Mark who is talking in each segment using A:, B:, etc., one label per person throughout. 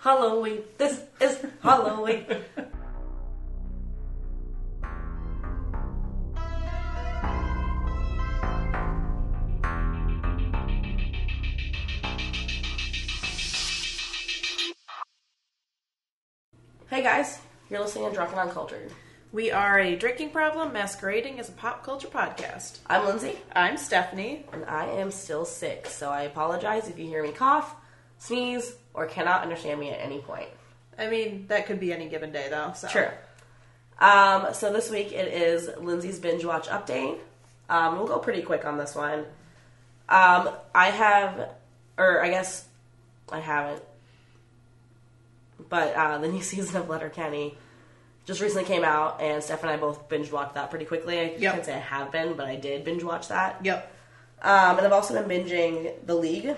A: Halloween. This is Halloween. hey guys, you're listening to Drunken Uncultured.
B: We are a drinking problem masquerading as a pop culture podcast.
A: I'm Lindsay,
B: I'm Stephanie.
A: and I am still sick, so I apologize if you hear me cough, sneeze, or cannot understand me at any point.
B: I mean, that could be any given day though. So.
A: True. Um, so this week it is Lindsay's binge watch update. Um, we'll go pretty quick on this one. Um, I have, or I guess I haven't, but uh, the new season of Letterkenny just recently came out, and Steph and I both binge watched that pretty quickly. I
B: Yep.
A: can't say I have been, but I did binge watch that.
B: Yep.
A: Um, and I've also been binging The League,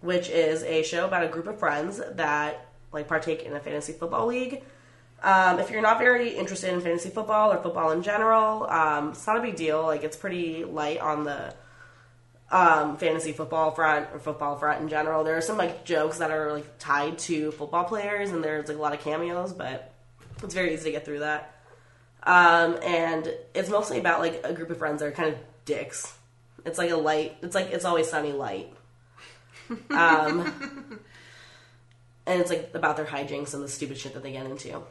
A: which is a show about a group of friends that like partake in a fantasy football league. Um, if you're not very interested in fantasy football or football in general, um, it's not a big deal. Like it's pretty light on the um, fantasy football front or football front in general. There are some like jokes that are like tied to football players, and there's like a lot of cameos, but it's very easy to get through that. Um, and it's mostly about like a group of friends that are kind of dicks. It's like a light. It's like it's always sunny light. Um, and it's like about their hijinks and the stupid shit that they get into.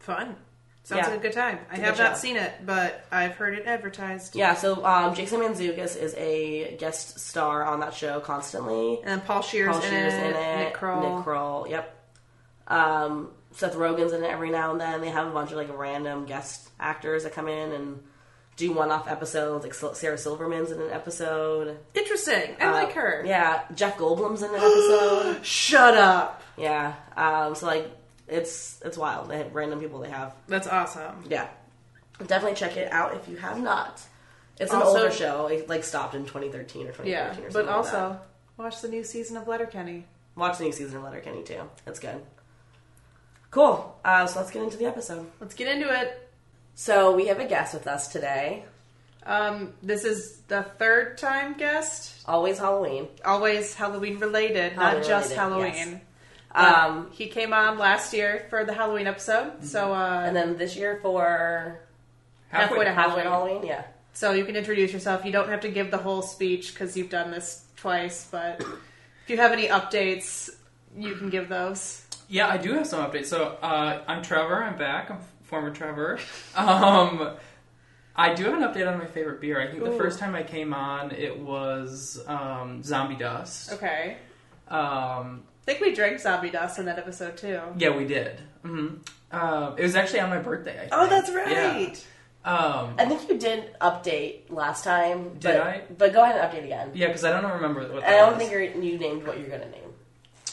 B: Fun. Sounds
A: Yeah.
B: like a good time. I
A: a
B: have
A: good
B: not
A: show.
B: seen it, but I've heard it advertised.
A: Yeah. So um, Jason Manzukis is a guest star on that show constantly.
B: And Paul Shear's,
A: Paul
B: in,
A: Shear's
B: it,
A: in it.
B: Nick Kroll.
A: Nick Kroll, Yep. Um, Seth Rogen's in it every now and then. They have a bunch of like random guest actors that come in and do one-off episodes. Like Sil- Sarah Silverman's in an episode.
B: Interesting. I like her.
A: Uh, Yeah, Jeff Goldblum's in an episode.
B: Shut up.
A: yeah. Um, so like, it's it's wild. They have random people they have.
B: That's awesome.
A: Yeah. Definitely check it out if you have not. It's an
B: Also-
A: older show. It like stopped in 2013 or 2014
B: Yeah.
A: or something. like
B: But
A: that.
B: also, watch the new season of Letterkenny.
A: Watch the new season of Letterkenny too. It's good. Cool. Uh, so let's get into the episode.
B: Let's get into it.
A: So we have a guest with us today.
B: Um, this is the third time guest.
A: Always Halloween.
B: Always Halloween related,
A: Halloween
B: not
A: related,
B: just Halloween.
A: yes.
B: Um,
A: Um,
B: he came on last year for the Halloween episode, so uh,
A: and then this year for
B: halfway, to
A: Halloween.
B: Halloween.
A: Halloween, yeah.
B: So you can introduce yourself. You don't have to give the whole speech because you've done this twice. But if you have any updates, you can give those.
C: Yeah, I do have some updates. So uh, I'm Trevor. I'm back. I'm f- former Trevor. Um, I do have an update on my favorite beer. I think
B: Ooh.
C: the first time I came on, it was um, Zombie Dust.
B: Okay.
C: Um,
B: I think we drank zombie dust in that episode too.
C: yeah, we did. hmm Uh, it was actually on my birthday. I think.
B: Oh,
C: Yeah. Um,
A: I think you did update last time.
C: Did
A: but,
C: I?
A: But go ahead and update again.
C: yeah, because I don't remember what.
A: And I
C: That
A: don't
C: was.
A: think you're, you named what you're going to name.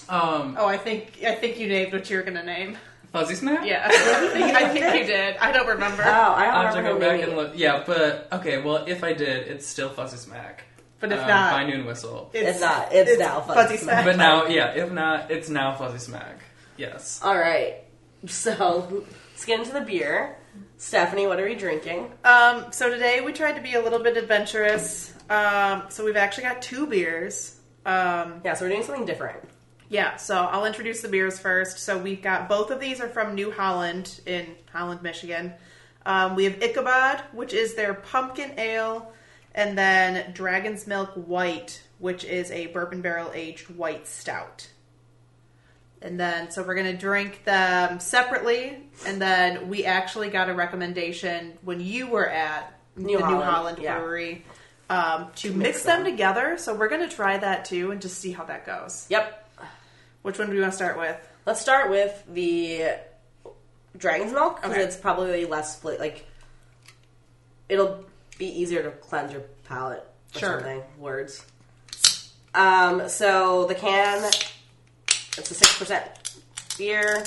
C: Um,
B: Oh, I think I think you named what you were gonna name.
C: Fuzzy Snap.
B: Yeah, Uh, I think, I think you did. I don't remember,
A: I
C: I have to go back and look. Yeah, but okay. Well, if I did, it's still Fuzzy Smack.
B: but if
C: um,
B: not,
C: by Noon Whistle.
A: It's not. It's now Fuzzy Smack.
C: But now, yeah, if not, it's now Fuzzy Smack. Yes.
A: All right. So let's get into the beer. Stephanie, what are we drinking?
B: Um, so today we tried to be a little bit adventurous. Um, so we've actually got two beers. Um,
A: Yeah, so we're doing something different.
B: yeah, so I'll introduce the beers first. So we've got both of these are from New Holland in Holland, Michigan. Um, we have Ichabod, which is their pumpkin ale, and then Dragon's Milk White, which is a bourbon barrel aged white stout. And then, so we're going to drink them separately. And then we actually got a recommendation when you were at
A: New
B: the
A: Holland,
B: New Holland
A: yeah.
B: Brewery um, to mix,
A: mix
B: them.
A: them.
B: together. So we're going to try that too and just see how that goes.
A: Yep.
B: Which one do we want to start with?
A: Let's start with the dragon's milk because
B: Okay.
A: it's probably less fla- like it'll be easier to cleanse your palate. Or
B: Sure.
A: Something. Words. Um. So the can, it's a six percent beer,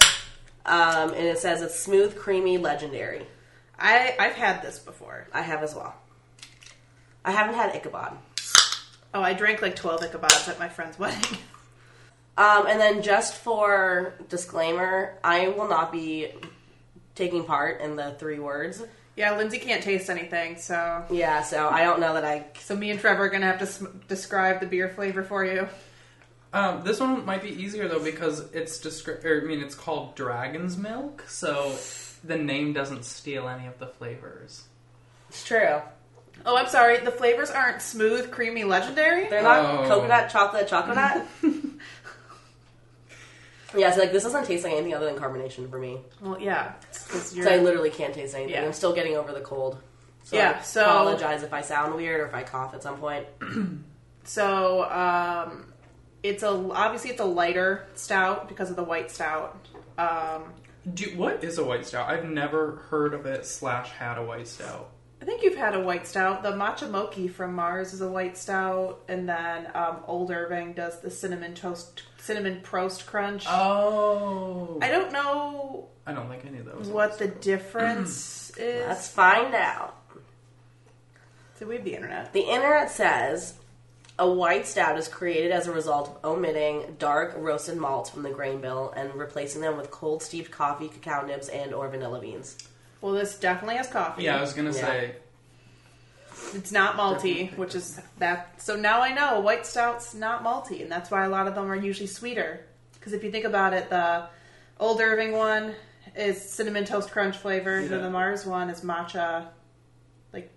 A: um, and it says it's smooth, creamy, legendary.
B: I, I've had this before.
A: I have as well. I haven't had Ichabod.
B: Oh, I drank like 12 Ichabods at my friend's wedding.
A: Um, and then just for disclaimer, I will not be taking part in the three words.
B: yeah, Lindsay can't taste anything, so.
A: Yeah, so I don't know that I.
B: So me and Trevor are going to have to sm- describe the beer flavor for you.
C: Um, this one might be easier though because it's descri- or, I mean, it's called Dragon's Milk, so the name doesn't steal any of the flavors.
A: It's true.
B: Oh, I'm sorry. The flavors aren't smooth, creamy, legendary.
A: They're not
C: Oh.
A: coconut, chocolate, chocolate. yeah, so like this doesn't taste like anything other than carbonation for me.
B: Well, yeah. 'cause you're-
A: Because I literally can't taste anything.
B: Yeah.
A: I'm still getting over the cold. So
B: Yeah,
A: I
B: so-
A: apologize if I sound weird or if I cough at some point.
B: So um, it's a obviously it's a lighter stout because of the white stout. Um,
C: Do, what is a white stout? I've never heard of it slash had a white stout.
B: I think you've had a white stout. The matcha mochi from Mars is a white stout, and then um, Old Irving does the cinnamon toast, cinnamon prost crunch.
C: Oh,
B: I don't know
C: I don't think any of those.
B: what the difference is.
A: Let's find out.
B: Did we have the internet?
A: The internet says a white stout is created as a result of omitting dark roasted malts from the grain bill and replacing them with cold steeped coffee, cacao nibs, and or vanilla beans.
B: Well, this definitely has coffee.
C: Yeah, I was gonna
A: Yeah.
C: say.
B: It's not malty, which is that. So now I know white stout's not malty, and that's why a lot of them are usually sweeter. Because if you think about it, the Old Irving one is cinnamon toast crunch flavored,
C: Yeah.
B: and the Mars one is matcha, like.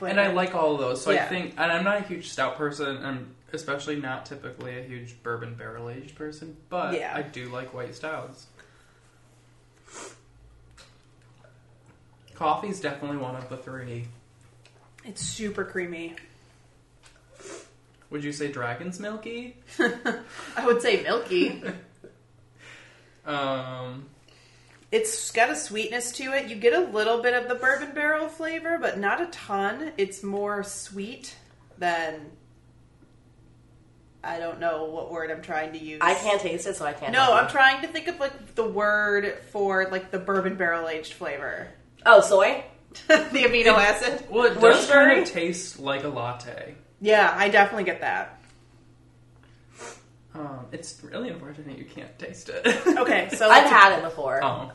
C: And I like all of those, so I
B: Yeah.
C: think. And I'm not a huge stout person. I'm especially not typically a huge bourbon barrel aged person, but
B: Yeah.
C: I do like white stouts. Coffee's definitely one of the three.
B: It's super creamy.
C: Would you say dragon's milky?
B: I would say milky.
C: Um,
B: it's got a sweetness to it. You get a little bit of the bourbon barrel flavor, but not a ton. It's more sweet than. I don't know what word I'm trying to use.
A: I can't taste it, so I can't.
B: No,
A: help
B: I'm
A: you.
B: trying to think of like the word for like the bourbon barrel aged flavor.
A: Oh, soy.
B: the amino acid.
C: well, it does kind
A: Rosemary?
C: of taste like a latte.
B: Yeah, I definitely get that.
C: Um, it's really unfortunate you can't taste it.
B: Okay, so
A: I've had it before.
C: oh,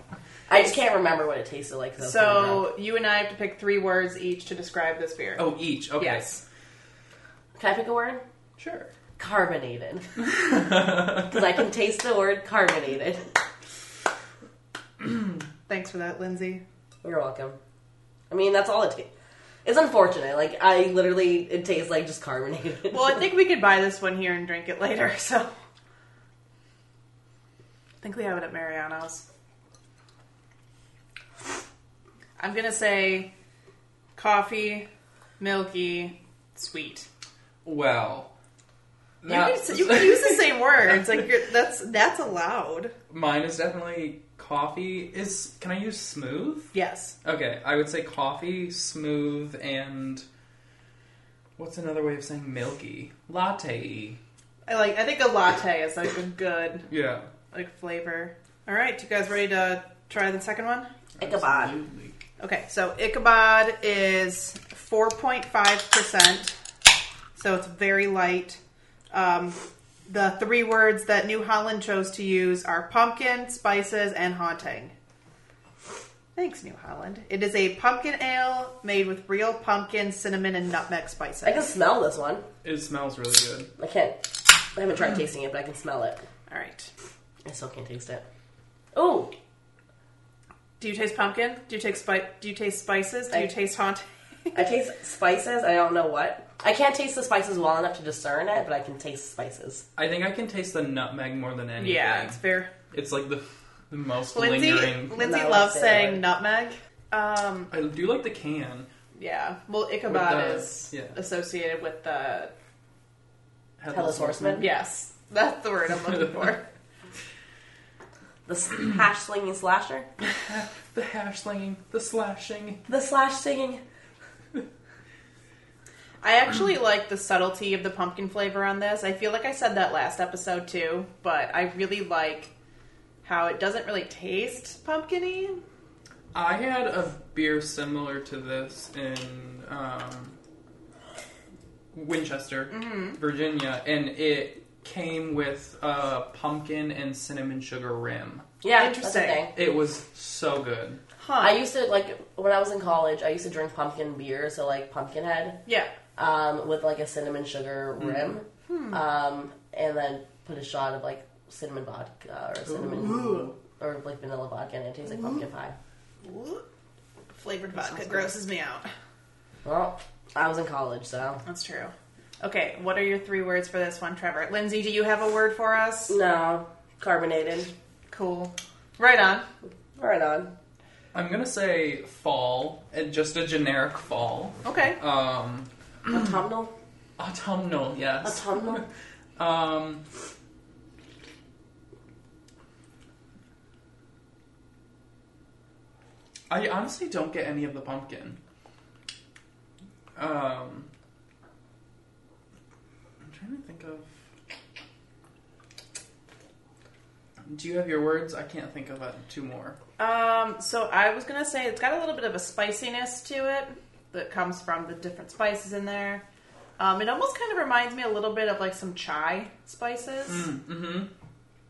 A: I just can't remember what it tasted like. 'cause I was kinda drunk.
B: so you and I have to pick three words each to describe this beer.
C: oh, each. Okay,
B: Yes.
A: can I pick a word?
C: sure.
A: Carbonated, because I can taste the word carbonated.
B: Thanks for that, Lindsay.
A: You're welcome. I mean, that's all it tastes. It's unfortunate. Like I literally, it tastes like just carbonated.
B: Well, I think we could buy this one here and drink it later. So I think we have it at Mariano's. I'm gonna say coffee, milky, sweet.
C: Well,
B: You
C: that-
B: can, you can use the same words. Like you're, that's that's allowed.
C: Mine is definitely coffee. Is can I use smooth?
B: Yes.
C: Okay, I would say coffee, smooth, and what's another way of saying milky? Latte.
B: I like. I think a latte is like a good
C: Yeah.
B: like flavor. All right, you guys ready to try the second one?
A: Ichabod.
C: Absolutely.
B: Okay, so Ichabod is 4.5%, so it's very light. Um, the three words that New Holland chose to use are pumpkin, spices, and haunting. Thanks, New Holland. It is a pumpkin ale made with real pumpkin, cinnamon, and nutmeg spices.
A: I can smell this one.
C: It smells really good.
A: I can't. I haven't tried tasting it, but I can smell it.
B: All right.
A: I still can't taste it. Ooh,
B: Do you taste pumpkin? Do you taste spi- Do you taste spices? Do you
A: I-
B: taste haunting?
A: I taste spices. I don't know what. I can't taste the spices well enough to discern it, but I can taste spices.
C: I think I can taste the nutmeg more than anything.
B: yeah, it's very
C: It's like the the most
B: Lindsay,
C: lingering.
B: Lindsay
A: No,
B: loves
A: say
B: saying
A: it.
B: nutmeg. Um,
C: I do like the can.
B: yeah. Well, Ichabod
C: With the-
B: is
C: yeah.
B: associated with the.
A: Hellas Horseman.
B: Yes, that's the word I'm looking for.
A: The s- hash slinging slasher.
C: The hash slinging, the slashing.
A: The slash singing.
B: I actually like the subtlety of the pumpkin flavor on this. I feel like I said that last episode too, but I really like how it doesn't really taste pumpkiny.
C: I had a beer similar to this in um, Winchester, Virginia, and it came with uh, pumpkin and cinnamon sugar rim.
A: Yeah,
B: Interesting.
A: That's a thing.
C: It was so good.
B: Huh?
A: I used to like when I was in college. I used to drink pumpkin beer, so like Pumpkinhead,
B: yeah. Hmm.
A: um, with like a cinnamon sugar rim, um, and then put a shot of like cinnamon vodka or cinnamon
B: Ooh. Mm-hmm.
A: or like vanilla vodka in it. It tastes like pumpkin pie.
B: Ooh. Flavored vodka
A: sounds
B: grosses me out.
A: Well, I was in college, so
B: That's true. Okay, what are your three words for this one, Trevor? Lindsay, do you have a word for us?
A: no carbonated.
B: Cool. Right on.
A: Right on.
C: I'm gonna say fall, and just a generic fall.
B: Okay.
C: Um,
A: Autumnal.
C: autumnal, yes.
A: Autumnal.
C: Um, I honestly don't get any of the pumpkin. Um, I'm trying to think of. Do you have your words? I can't think of uh, two more.
B: Um, so I was gonna say it's got a little bit of a spiciness to it that comes from the different spices in there. Um, it almost kind of reminds me a little bit of like some chai spices.
C: Mm-hmm.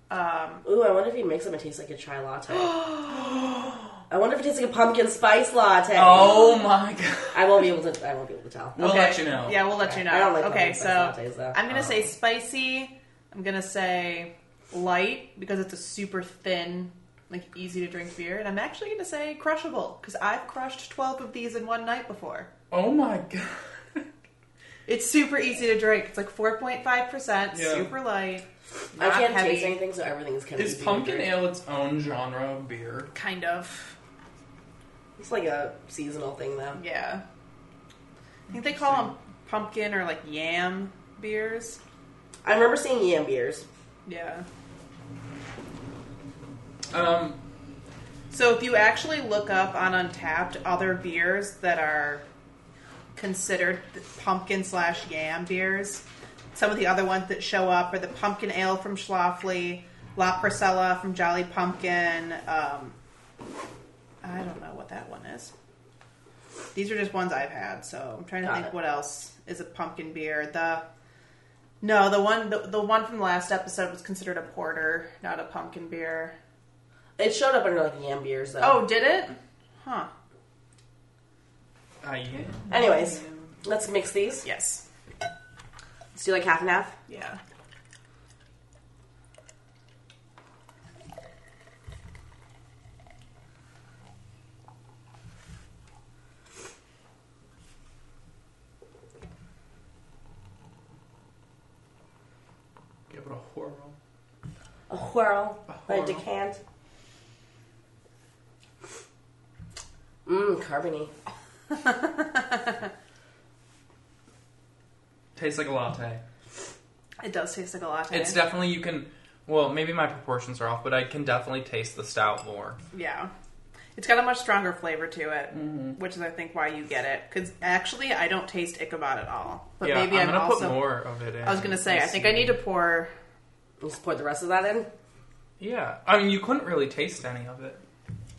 B: Um,
A: Ooh, I wonder if he makes them. It tastes like a chai latte. I wonder if it tastes like a pumpkin spice latte.
C: Oh my god.
A: I won't be able to. I won't be able to tell.
C: We'll
B: okay.
C: let you know.
B: Yeah, we'll let you know.
A: I don't like
B: okay,
A: pumpkin
B: so
A: spice lattes, though.
B: I'm gonna say
C: Oh.
B: spicy. I'm gonna say light because it's a super thin, like easy to drink beer, and I'm actually gonna say crushable because I've crushed 12 of these in one night before.
C: Oh my god.
B: It's super easy to drink. It's like 4.5%,
C: Yeah.
B: super light.
A: I
B: not
A: can't
B: heavy.
A: taste anything, so everything's kind of
C: Is pumpkin ale its own genre of beer?
B: Kind of.
A: It's like a seasonal thing, though.
B: Yeah. I think they call them pumpkin or like yam beers.
A: I remember seeing yam beers.
B: Yeah.
C: Um,
B: So if you actually look up on Untapped other beers that are considered th- pumpkin slash yam beers, some of the other ones that show up are the pumpkin ale from Schlafly, La Priscilla from Jolly Pumpkin. Um, I don't know what that one is. These are just ones I've had, so I'm trying to
A: Got
B: think
A: it.
B: what else is a pumpkin beer. The no, the one the, the one from the last episode was considered a porter, not a pumpkin beer.
A: It showed up under like yam beers, though.
B: Oh, did it? Huh.
C: I am.
A: Anyways, let's mix these.
B: Yes.
A: Let's do like half and half.
B: Yeah.
C: Give it a whirl.
A: A whirl.
C: A
A: A
C: whirl.
A: decant. Mmm, carbony.
C: Tastes like a latte.
B: It does taste like a latte.
C: It's definitely you can. Well, maybe my proportions are off, but I can definitely taste the stout more.
B: yeah. It's got a much stronger flavor to it,
C: Mm-hmm.
B: which is I think why you get it. Because actually, I don't taste Ichabod at all. But
C: yeah,
B: maybe
C: I'm
B: I'm,
C: gonna
B: also.
C: put more of it in.
B: I was gonna say I
C: Let's
B: think
C: see.
B: I need to pour.
A: Let's pour the rest of that in.
C: Yeah, I mean you couldn't really taste any of it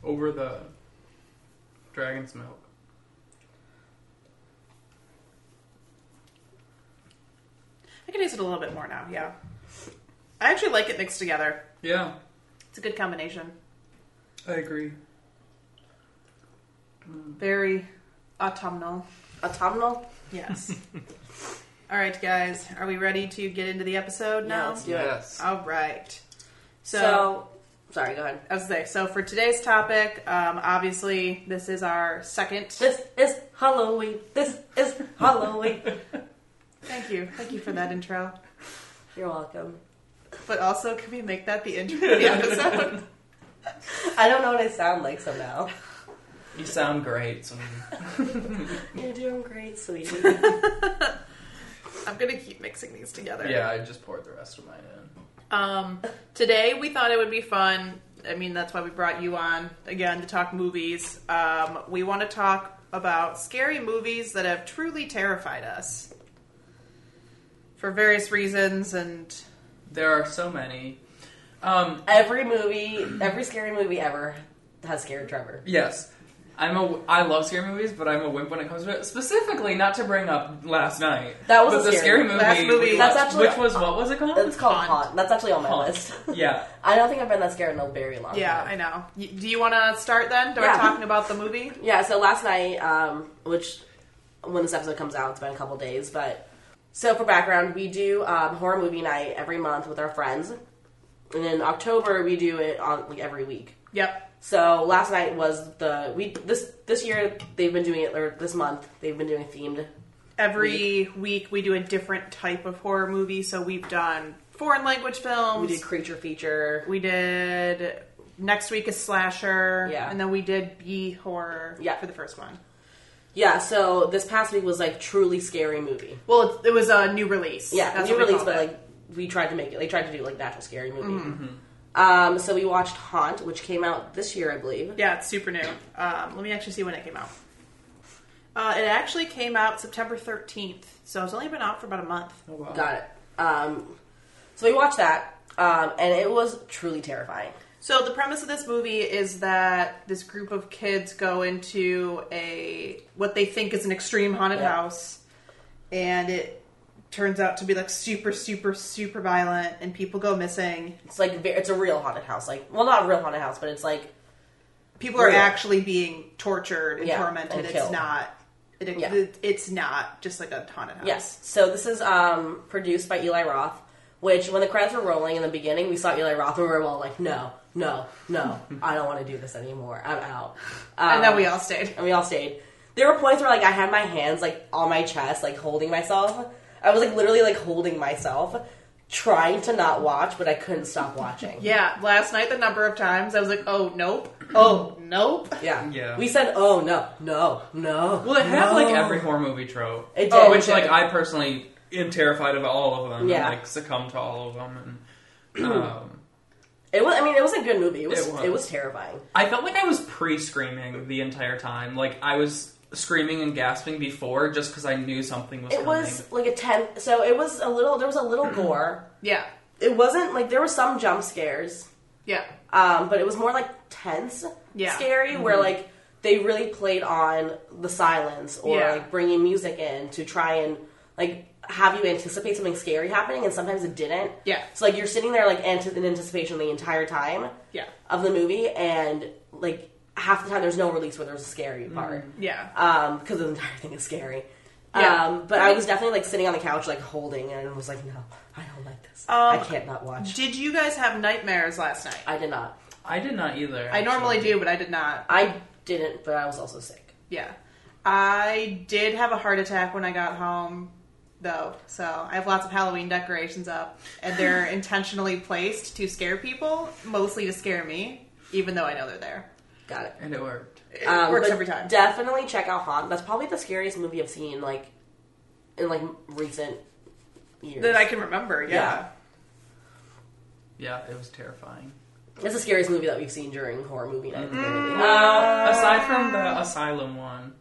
C: over the dragon's milk.
B: I can taste it a little bit more now. Yeah. I actually like it mixed together.
C: Yeah,
B: It's a good combination.
C: I agree.
B: Very autumnal.
A: Autumnal?
B: Yes. all right, guys. Are we ready to get into the episode
A: Yeah,
B: now?
A: let's do it.
C: Yes.
B: all right.
A: So, sorry, go ahead.
B: As they so for today's topic, um, obviously this is our second.
A: This is Halloween. This is Halloween.
B: Thank you, thank you for that intro.
A: You're welcome.
B: But also, can we make that the intro of the episode?
A: I don't know what I sound like, so now.
C: You sound great. So
A: You're doing great, sweetie.
B: I'm gonna keep mixing these together.
C: yeah, I just poured the rest of mine in.
B: Um, today we thought it would be fun. I mean, that's why we brought you on again to talk movies. Um, we want to talk about scary movies that have truly terrified us for various reasons, and
C: There are so many. Um,
A: every movie, every scary movie ever has scared Trevor.
C: Yes. I'm a, I love scary movies, but I'm a wimp when it comes to it. Specifically, not to bring up last night.
A: That was
C: but
A: a
C: the
A: scary-
C: scary movie.
B: last movie.
C: we
A: That's
C: watched,
A: actually-
C: which was what was it called?
A: It's called
B: Haunt.
A: Haunt. That's actually on my
C: Haunt.
A: list.
C: Yeah.
A: I don't think I've been that scared in a very long
B: yeah,
A: time.
B: I know. Y- do you want to start then? Start
A: Yeah.
B: talking about the movie.
A: Yeah, so last night, um, which when this episode comes out, it's been a couple days, but So, for background, we do um, horror movie night every month with our friends, and in October we do it on like every week.
B: Yep.
A: So last night was the we this this year they've been doing it or this month they've been doing themed.
B: Every week we do a different type of horror movie. So we've done foreign language
A: We
B: films.
A: did creature feature.
B: We did- next week is slasher.
A: Yeah.
B: And then we did B horror.
A: Yeah.
B: For the first one.
A: Yeah, so this past week was like truly scary movie.
B: Well, it, it was a new release.
A: Yeah,
B: That's
A: new
B: what we
A: release,
B: called
A: but
B: it. Mm-hmm.
A: like we tried to make it. They tried to do like the actual scary movie. Um, so we watched Haunt, which came out this year, I believe.
B: Yeah, it's super new. Um, let me actually see when it came out. Uh, it actually came out September 13th, so it's only been out for about a month.
C: Oh, wow.
A: Got it. Um, so we watched that, um, and it was truly terrifying.
B: So the premise of this movie is that this group of kids go into a what they think is an extreme haunted
A: Yeah.
B: house, and it turns out to be like super, super, super violent, and people go missing.
A: It's like ve- it's a real haunted house. Like, well, not a real haunted house, but it's like
B: People are
A: Real.
B: actually being tortured and
A: Yeah,
B: tormented.
A: and
B: it's
A: killed.
B: not. It,
A: Yeah.
B: it- it's not just like a haunted house.
A: Yes. So this is um, produced by Eli Roth, which when the credits were rolling in the beginning, we saw Eli Roth and we were all like, no, no, no, I don't want to do this anymore. I'm out. Um,
B: and then we all stayed.
A: and we all stayed. There were points where like I had my hands like on my chest, like holding myself. I was like literally like holding myself, trying to not watch, but I couldn't stop watching.
B: Yeah, last night the number of times I was like, "Oh nope, oh nope."
A: Yeah.
C: Yeah.
A: We said, oh no, no, no.
C: Well, it had like
A: no."
C: every horror movie trope.
A: It did.
C: Oh, which
A: It did.
C: like I personally am terrified of all of them.
A: Yeah.
C: And, like succumb to all of them, and um,
A: It was. I mean, it was a good movie. It was.
C: It
A: It
C: was.
A: was, terrifying.
C: I felt like I was pre-screaming the entire time. Like I was screaming and gasping before, just because I knew something was.
A: It
C: coming.
A: was like a ten. So it was a little. There was a little gore.
B: Yeah,
A: it wasn't like there were some jump scares,
B: yeah,
A: um, but it was more like tense,
B: Yeah.
A: scary, where
C: Mm-hmm.
A: like they really played on the silence or
B: Yeah.
A: like bringing music in to try and like have you anticipate something scary happening, and sometimes it didn't.
B: Yeah.
A: So like you're sitting there like ante- in anticipation the entire time
B: yeah,
A: of the movie, and like half the time there's no release where there's a scary
B: Mm-hmm.
A: part
B: yeah.
A: um, because the entire thing is scary.
B: Yeah.
A: Um, but I was definitely like sitting on the couch, like holding, and I was like, no, I don't like this. I
B: Um,
A: can't not watch.
B: Did you guys have nightmares last night?
A: I did not.
C: I did not either.
B: I normally
C: actually.
B: do, but I did not.
A: I didn't, but I was also sick.
B: Yeah, I did have a heart attack when I got home, though. So I have lots of Halloween decorations up, and they're intentionally placed to scare people, mostly to scare me, even though I know they're there. Uh,
A: Got it.
C: And it worked.
B: It
A: Um,
B: works
A: but
B: every time.
A: Definitely check out Haunt. That's probably the scariest movie I've seen like in like recent years.
B: that I can remember. Yeah,
A: Yeah.
C: Yeah, it was terrifying.
A: it's the scariest movie that we've seen during horror movie night.
B: Mm-hmm.
A: Um, literally.
C: Aside from the asylum one,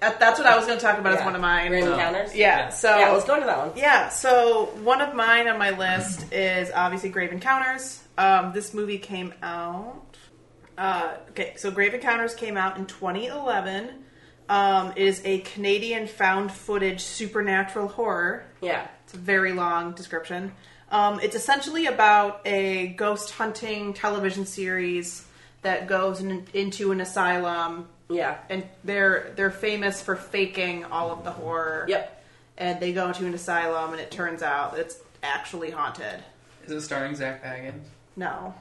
B: That, that's what I was going to talk about as
A: Yeah.
B: one of mine.
A: Random
C: Oh.
A: encounters.
B: Yeah.
C: Yeah.
B: So
A: Yeah, let's go into that one.
B: Yeah, so one of mine on my list is obviously Grave Encounters. Um, this movie came out. Uh, okay, so Grave Encounters came out in 2011. Um, it is a Canadian found footage supernatural horror.
A: Yeah.
B: It's a very long description. Um, it's essentially about a ghost hunting television series that goes in, into an asylum,
A: Yeah.
B: and they're they're famous for faking all of the horror
A: Yep.
B: and they go to an asylum and it turns out it's actually haunted.
C: is it starring Zach Baggins?
B: No.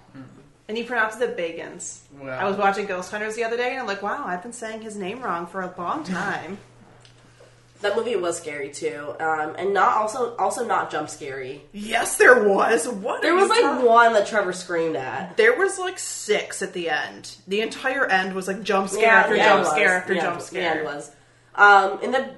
B: And he pronounces it Bagans.
C: Wow.
B: I was watching Ghost Hunters the other day and I'm like, wow, I've been saying his name wrong for a long time.
A: That movie was scary too, um, and not also also not jump scary.
B: yes, there was. What?
A: There
B: are
A: was
B: you
A: like
B: talking-
A: one that Trevor screamed at.
B: There was like six at the end. The entire end was like jump scare after
A: it
B: jump
A: was.
B: scare after
A: Yeah,
B: jump
A: Yeah,
B: scare.
A: it was. Um, in the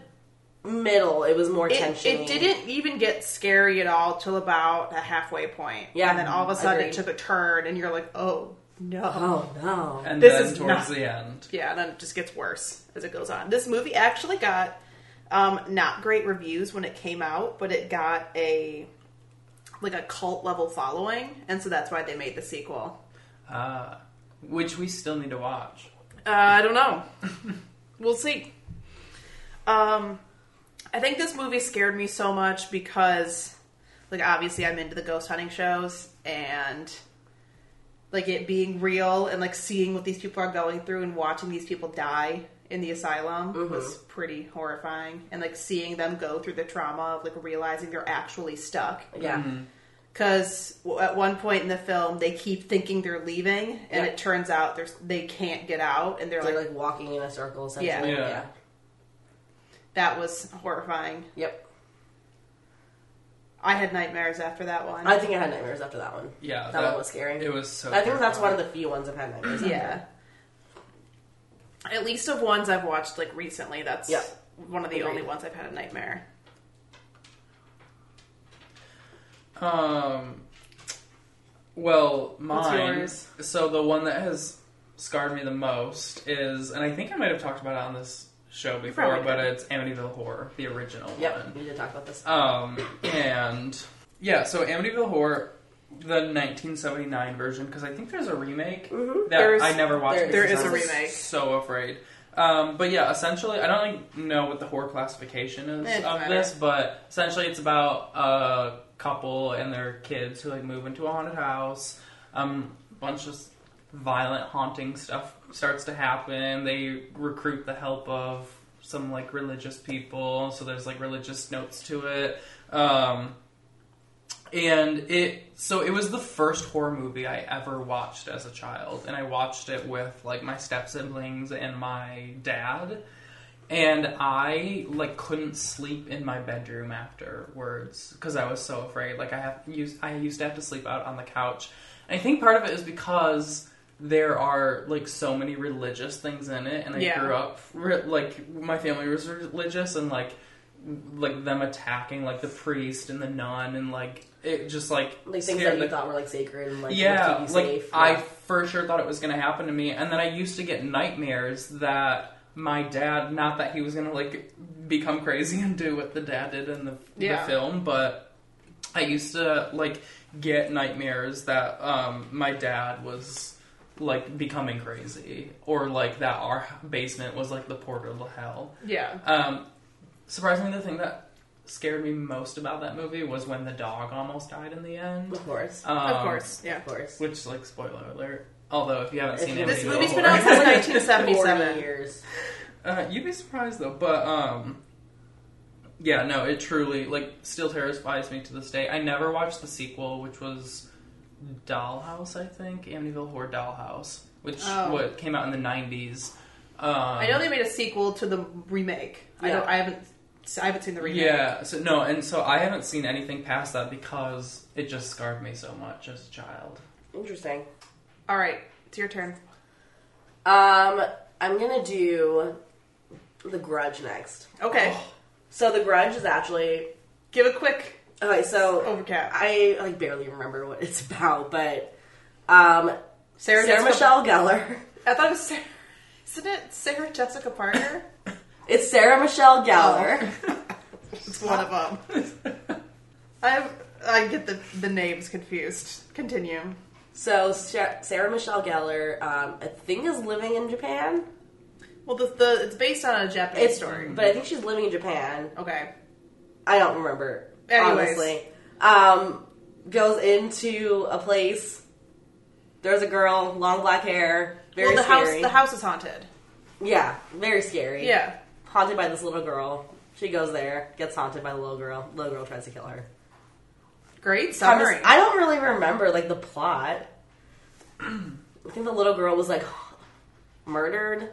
A: middle, it was more
B: It,
A: tension.
B: it didn't even get scary at all till about a halfway point.
A: Yeah,
B: And then all of a sudden it
A: agreed.
B: took a turn and you're like, oh no.
A: Oh no!
C: And
B: This
C: then
B: is
C: towards
B: not-
C: the end,
B: yeah, and then it just gets worse as it goes on. This movie actually got um, not great reviews when it came out, but it got a like a cult level following, and so that's why they made the sequel.
C: uh, which we still need to watch.
B: Uh, I don't know. we'll see. Um, I think this movie scared me so much because, like, obviously I'm into the ghost hunting shows and, like, it being real and, like, seeing what these people are going through and watching these people die in the asylum was pretty horrifying, and like seeing them go through the trauma of like realizing they're actually stuck.
A: Yeah.
B: Mm-hmm. Because at one point in the film, they keep thinking they're leaving,
A: Yeah.
B: and it turns out they're, they can't get out, and they're
A: They're
B: like,
A: like walking in a circle essentially.
B: Yeah.
C: Yeah.
A: yeah.
B: "That was horrifying."
A: Yep.
B: I had nightmares after that one.
A: I think I had nightmares after that one.
C: Yeah,
A: That, one was scary.
C: It was so.
A: I think that's one
C: terrifying.
A: of the few ones I've had nightmares. after.
B: yeah. At least of ones I've watched like recently, that's
A: Yeah.
B: one of the
A: Agreed.
B: only ones I've had a nightmare.
C: Um. Well,
B: What's
C: mine.
B: yours?
C: So the one that has scarred me the most is, and I think I might have talked about it on this show before,
B: probably
C: but
B: did.
C: it's Amityville Horror, the original one.
A: Yep. We did talk about this.
C: Um, and yeah, so Amityville Horror, the 1979 version, because I think there's a remake that
B: There's-
C: I never watched.
A: Mm-hmm. there-
C: because
A: there is
C: I
A: a
C: was
B: remake.
C: So afraid. Um, but yeah, essentially, I don't like, know what the horror classification is
B: It doesn't
C: of this, but essentially, it's about a couple and their kids who like move into a haunted house. Um, bunch of violent, haunting stuff starts to happen. They recruit the help of some like religious people, so there's like religious notes to it. Um, and it so it was the first horror movie I ever watched as a child, and I watched it with like my step siblings and my dad. And I like couldn't sleep in my bedroom afterwards because I was so afraid. Like I have used I used to have to sleep out on the couch. And I think part of it is because there are like so many religious things in it, and I
B: Yeah.
C: grew up re- like my family was religious, and like like them attacking like the priest and the nun and like it just like
A: Like things
C: scared
A: that you
C: the-
A: thought were like sacred and like would
C: yeah
A: keep you
C: like
A: safe.
C: I for sure thought it was gonna happen to me and then I used to get nightmares that my dad not that he was gonna like become crazy and do what the dad did in the,
B: Yeah.
C: the film but I used to like get nightmares that um my dad was like becoming crazy or like that our basement was like the portal to hell
B: Yeah.
C: um, surprisingly, the thing that scared me most about that movie was when the dog almost died in the end.
A: Of course.
C: Um,
B: of course. Yeah.
A: Of course.
C: Which, like, spoiler alert. Although, if you
A: If
C: haven't seen
A: you-
C: it,
B: This
A: Amityville
B: movie's been
A: Horror.
B: out since
A: Forty
B: 1977.
A: years.
C: Uh, you'd be surprised though, but um, yeah, no, it truly like still terrifies me to this day. I never watched the sequel, which was Dollhouse, I think, Amityville Horror Dollhouse, which
B: Oh.
C: what came out in the nineties. Um,
B: I know they made a sequel to the remake. I
A: Yeah.
B: don't. I haven't. I haven't seen the remake.
C: Yeah, so no, and so I haven't seen anything past that because it just scarred me so much as a child.
A: Interesting.
B: All right, it's your turn.
A: Um, I'm gonna do The Grudge next.
B: Okay,
A: Oh. So The Grudge is actually
B: give a quick
A: okay. So
B: overcap.
A: I like barely remember what it's about, but um,
B: Sarah,
A: Sarah
B: Jessica.
A: Michelle Gellar.
B: I thought it was Sarah. Isn't it Sarah Jessica Parker?
A: It's Sarah
B: Oh.
A: Michelle Gellar.
B: it's one of them. I have, I get the the names confused. Continue.
A: So Sa- Sarah Michelle Gellar, um, I think, is living in Japan.
B: Well, the, the it's based on a Japanese
A: It's
B: story.
A: but I think she's living in Japan.
B: Okay.
A: I don't remember.
B: Anyways.
A: Honestly. Um, goes into a place. There's a girl, long black hair, very
B: well, the
A: scary.
B: house the house is haunted.
A: yeah, very scary.
B: Yeah.
A: Haunted by this little girl. She goes there, gets haunted by the little girl. Little girl tries to kill her.
B: Great
A: I'm just-
B: summary.
A: I don't really remember like the plot. I think the little girl was like murdered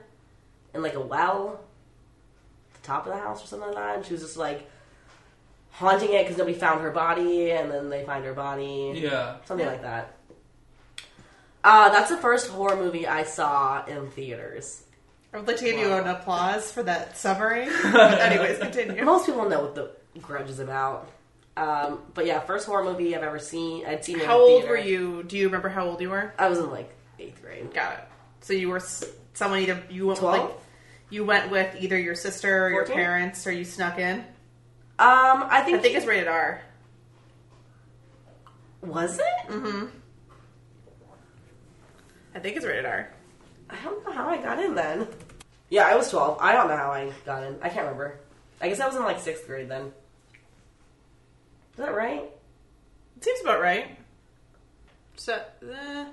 A: in like a well, at the top of the house or something like that, and she was just like haunting it because nobody found her body, and then they find her body,
C: Yeah,
A: something like that. Uh, that's the first horror movie I saw in theaters.
B: I would like to give you an applause for that summary. Anyways, continue.
A: Most people know what the Grudge is about, um, but yeah, first horror movie I've ever seen. I'd seen. it in
B: How old
A: theater.
B: were you? Do you remember how old you were?
A: I was in like eighth grade.
B: Got it. So you were s- someone either you went with, like
A: Twelve?
B: you went with either your sister or your
A: Fourteen?
B: parents or you snuck in.
A: Um, I
B: I
A: think,
B: think it's rated R.
A: was it?
B: I think it's rated R.
A: I don't know how I got in then. Yeah, I was twelve. I don't know how I got in. I can't remember. I guess I was in like sixth grade then. Is that right?
B: It seems about right. So uh,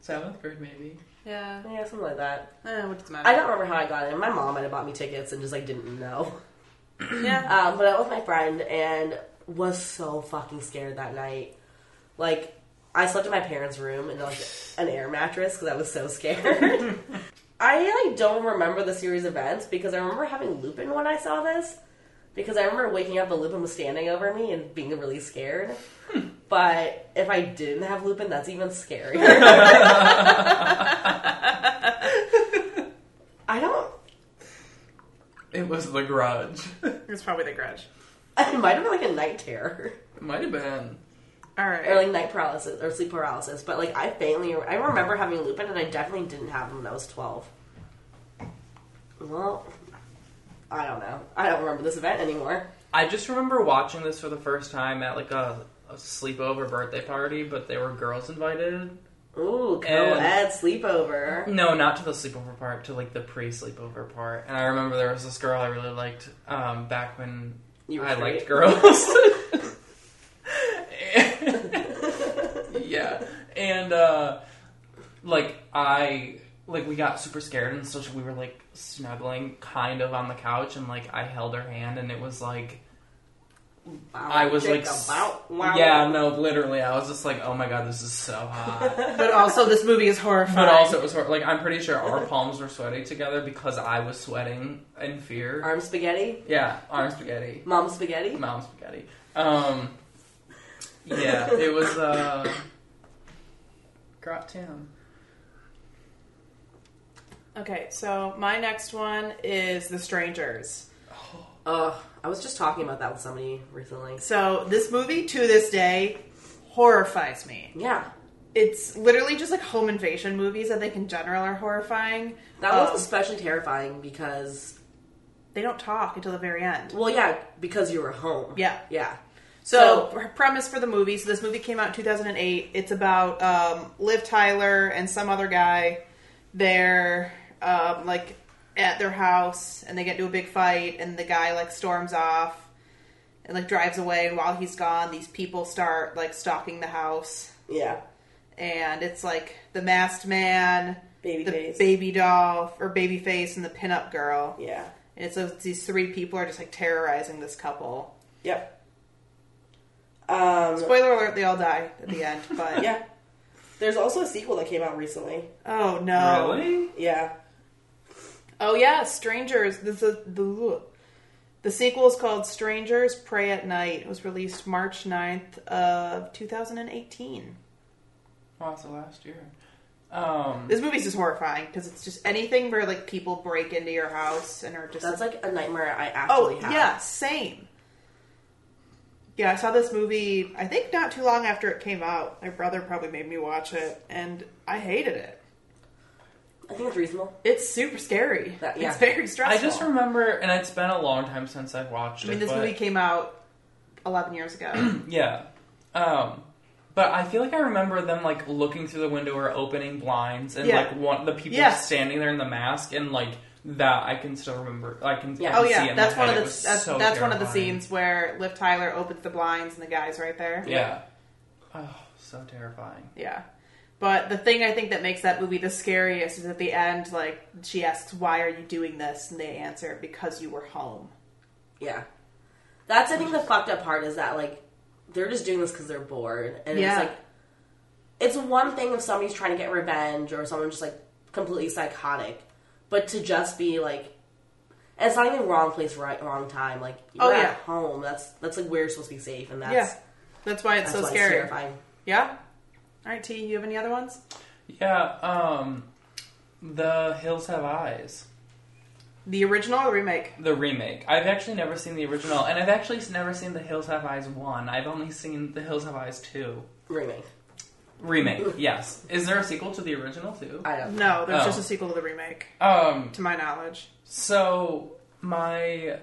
C: Seventh grade, maybe.
B: Yeah.
A: Yeah, something like that.
B: Eh, what does it matter?
A: I don't remember how I got in. My mom might have bought me tickets and just like didn't know.
B: yeah.
A: Um, but I went with my friend and was so fucking scared that night. Like, I slept in my parents' room in like an air mattress because I was so scared. I like don't remember the series events because I remember having Lupin when I saw this. Because I remember waking up and Lupin was standing over me and being really scared. But if I didn't have Lupin, that's even scarier. I don't.
C: It was The Grudge. it
B: It's probably the grudge.
A: It might have been like a night terror.
C: might have been.
B: All right.
A: or like night paralysis or sleep paralysis. But like I faintly, I remember having Lupin, and I definitely didn't have him when I was twelve. Well, I don't know. I don't remember this event anymore.
C: I just remember watching this for the first time at like a, a sleepover birthday party, but there were girls invited.
A: Ooh, co-ed
C: And-
A: sleepover.
C: No, not to the sleepover part, to like the pre-sleepover part. And I remember there was this girl I really liked um, back when
A: You were
C: I
A: straight?
C: liked girls. yeah, and uh, like I like we got super scared and so we were like snuggling kind of on the couch and like I held her hand and it was like
A: Wow,
C: I was
A: check
C: like s-
A: about wow.
C: yeah no literally I was just like oh my god this is so hot.
B: but also, this movie is horrifying.
C: But also, it was hor- like I'm pretty sure our palms were sweating together because I was sweating in fear.
A: arm spaghetti,
C: yeah, arm spaghetti,
A: mom spaghetti.
C: mom spaghetti. Um, yeah, it was. uh... Grot Tim.
B: Okay, so my next one is The Strangers.
A: Ugh, I was just talking about that with somebody recently.
B: So this movie, to this day, horrifies me.
A: Yeah,
B: It's literally just like home invasion movies. I think in general are horrifying.
A: that
B: Um,
A: was especially terrifying because
B: they don't talk until the very end.
A: well, yeah, because you were home.
B: Yeah.
A: yeah.
B: So, premise for the movie. So this movie came out in 2008. It's about um, Liv Tyler and some other guy. They're um, like at their house and they get into a big fight and the guy like storms off and like drives away and while he's gone these people start like stalking the house
A: yeah,
B: and it's like the masked man,
A: baby
B: the
A: face.
B: baby doll or baby face, and the pinup girl.
A: yeah,
B: And it's, it's these three people are just like terrorizing this couple.
A: yep. Um,
B: Spoiler alert: they all die at the end. But
A: Yeah. There's also a sequel that came out recently.
B: oh no,
C: Really?
A: Yeah.
B: oh yeah, strangers. This is the the sequel is called Strangers Pray at Night. It was released March 9th of 2018.
C: Wow, so last year. Um,
B: This movie's just horrifying because it's just anything where like people break into your house and are just
A: That's like a nightmare I actually
B: Oh
A: have.
B: yeah, same. Yeah, I saw this movie. I think not too long after it came out. My brother probably made me watch it, and I hated it.
A: I think it's reasonable.
B: It's super scary.
A: That- yeah.
B: It's very
C: I
B: stressful.
C: just remember, and it's been a long time since I've watched
B: I mean,
C: it.
B: this
C: but-
B: movie came out eleven years ago.
C: Yeah. Um, but I feel like I remember them like looking through the window or opening blinds and
B: Yeah.
C: like one the people
B: Yeah.
C: standing there in the mask and like that I can still remember. I can.
A: Yeah.
C: I
B: oh
C: can see it
B: yeah,
C: in
B: that's
C: my
B: one of
C: head.
B: the
C: It was
B: that's,
C: so
B: that's one of the
C: terrifying.
B: scenes where Liv Tyler opens the blinds and the guy's right there.
C: Yeah. Oh, so terrifying.
B: Yeah. But the thing I think that makes that movie the scariest is at the end, like she asks, "Why are you doing this?" and they answer, "Because you were home."
A: Yeah. That's I think the fucked up part is that like they're just doing this because they're bored and
B: Yeah.
A: it's like it's one thing if somebody's trying to get revenge or someone's just like completely psychotic, but to just be like. And it's not even wrong place, right, wrong time. Like you're
B: Oh,
A: at
B: yeah.
A: home. That's that's like where you're supposed to be safe, and that's
B: Yeah. That's why
A: that's
B: it's so
A: why it's
B: scary.
A: terrifying.
B: yeah. All right, T. You have any other ones?
C: Yeah. Um, the Hills Have Eyes,
B: The original or remake?
C: the remake. I've actually never seen the original, and I've actually never seen the Hills Have Eyes one. I've only seen the Hills Have Eyes two
A: Remake.
C: remake. Yes. Is there a sequel to the original too?
A: I don't. know.
B: No, there's
C: Oh.
B: just a sequel to the remake,
C: Um.
B: to my knowledge.
C: So my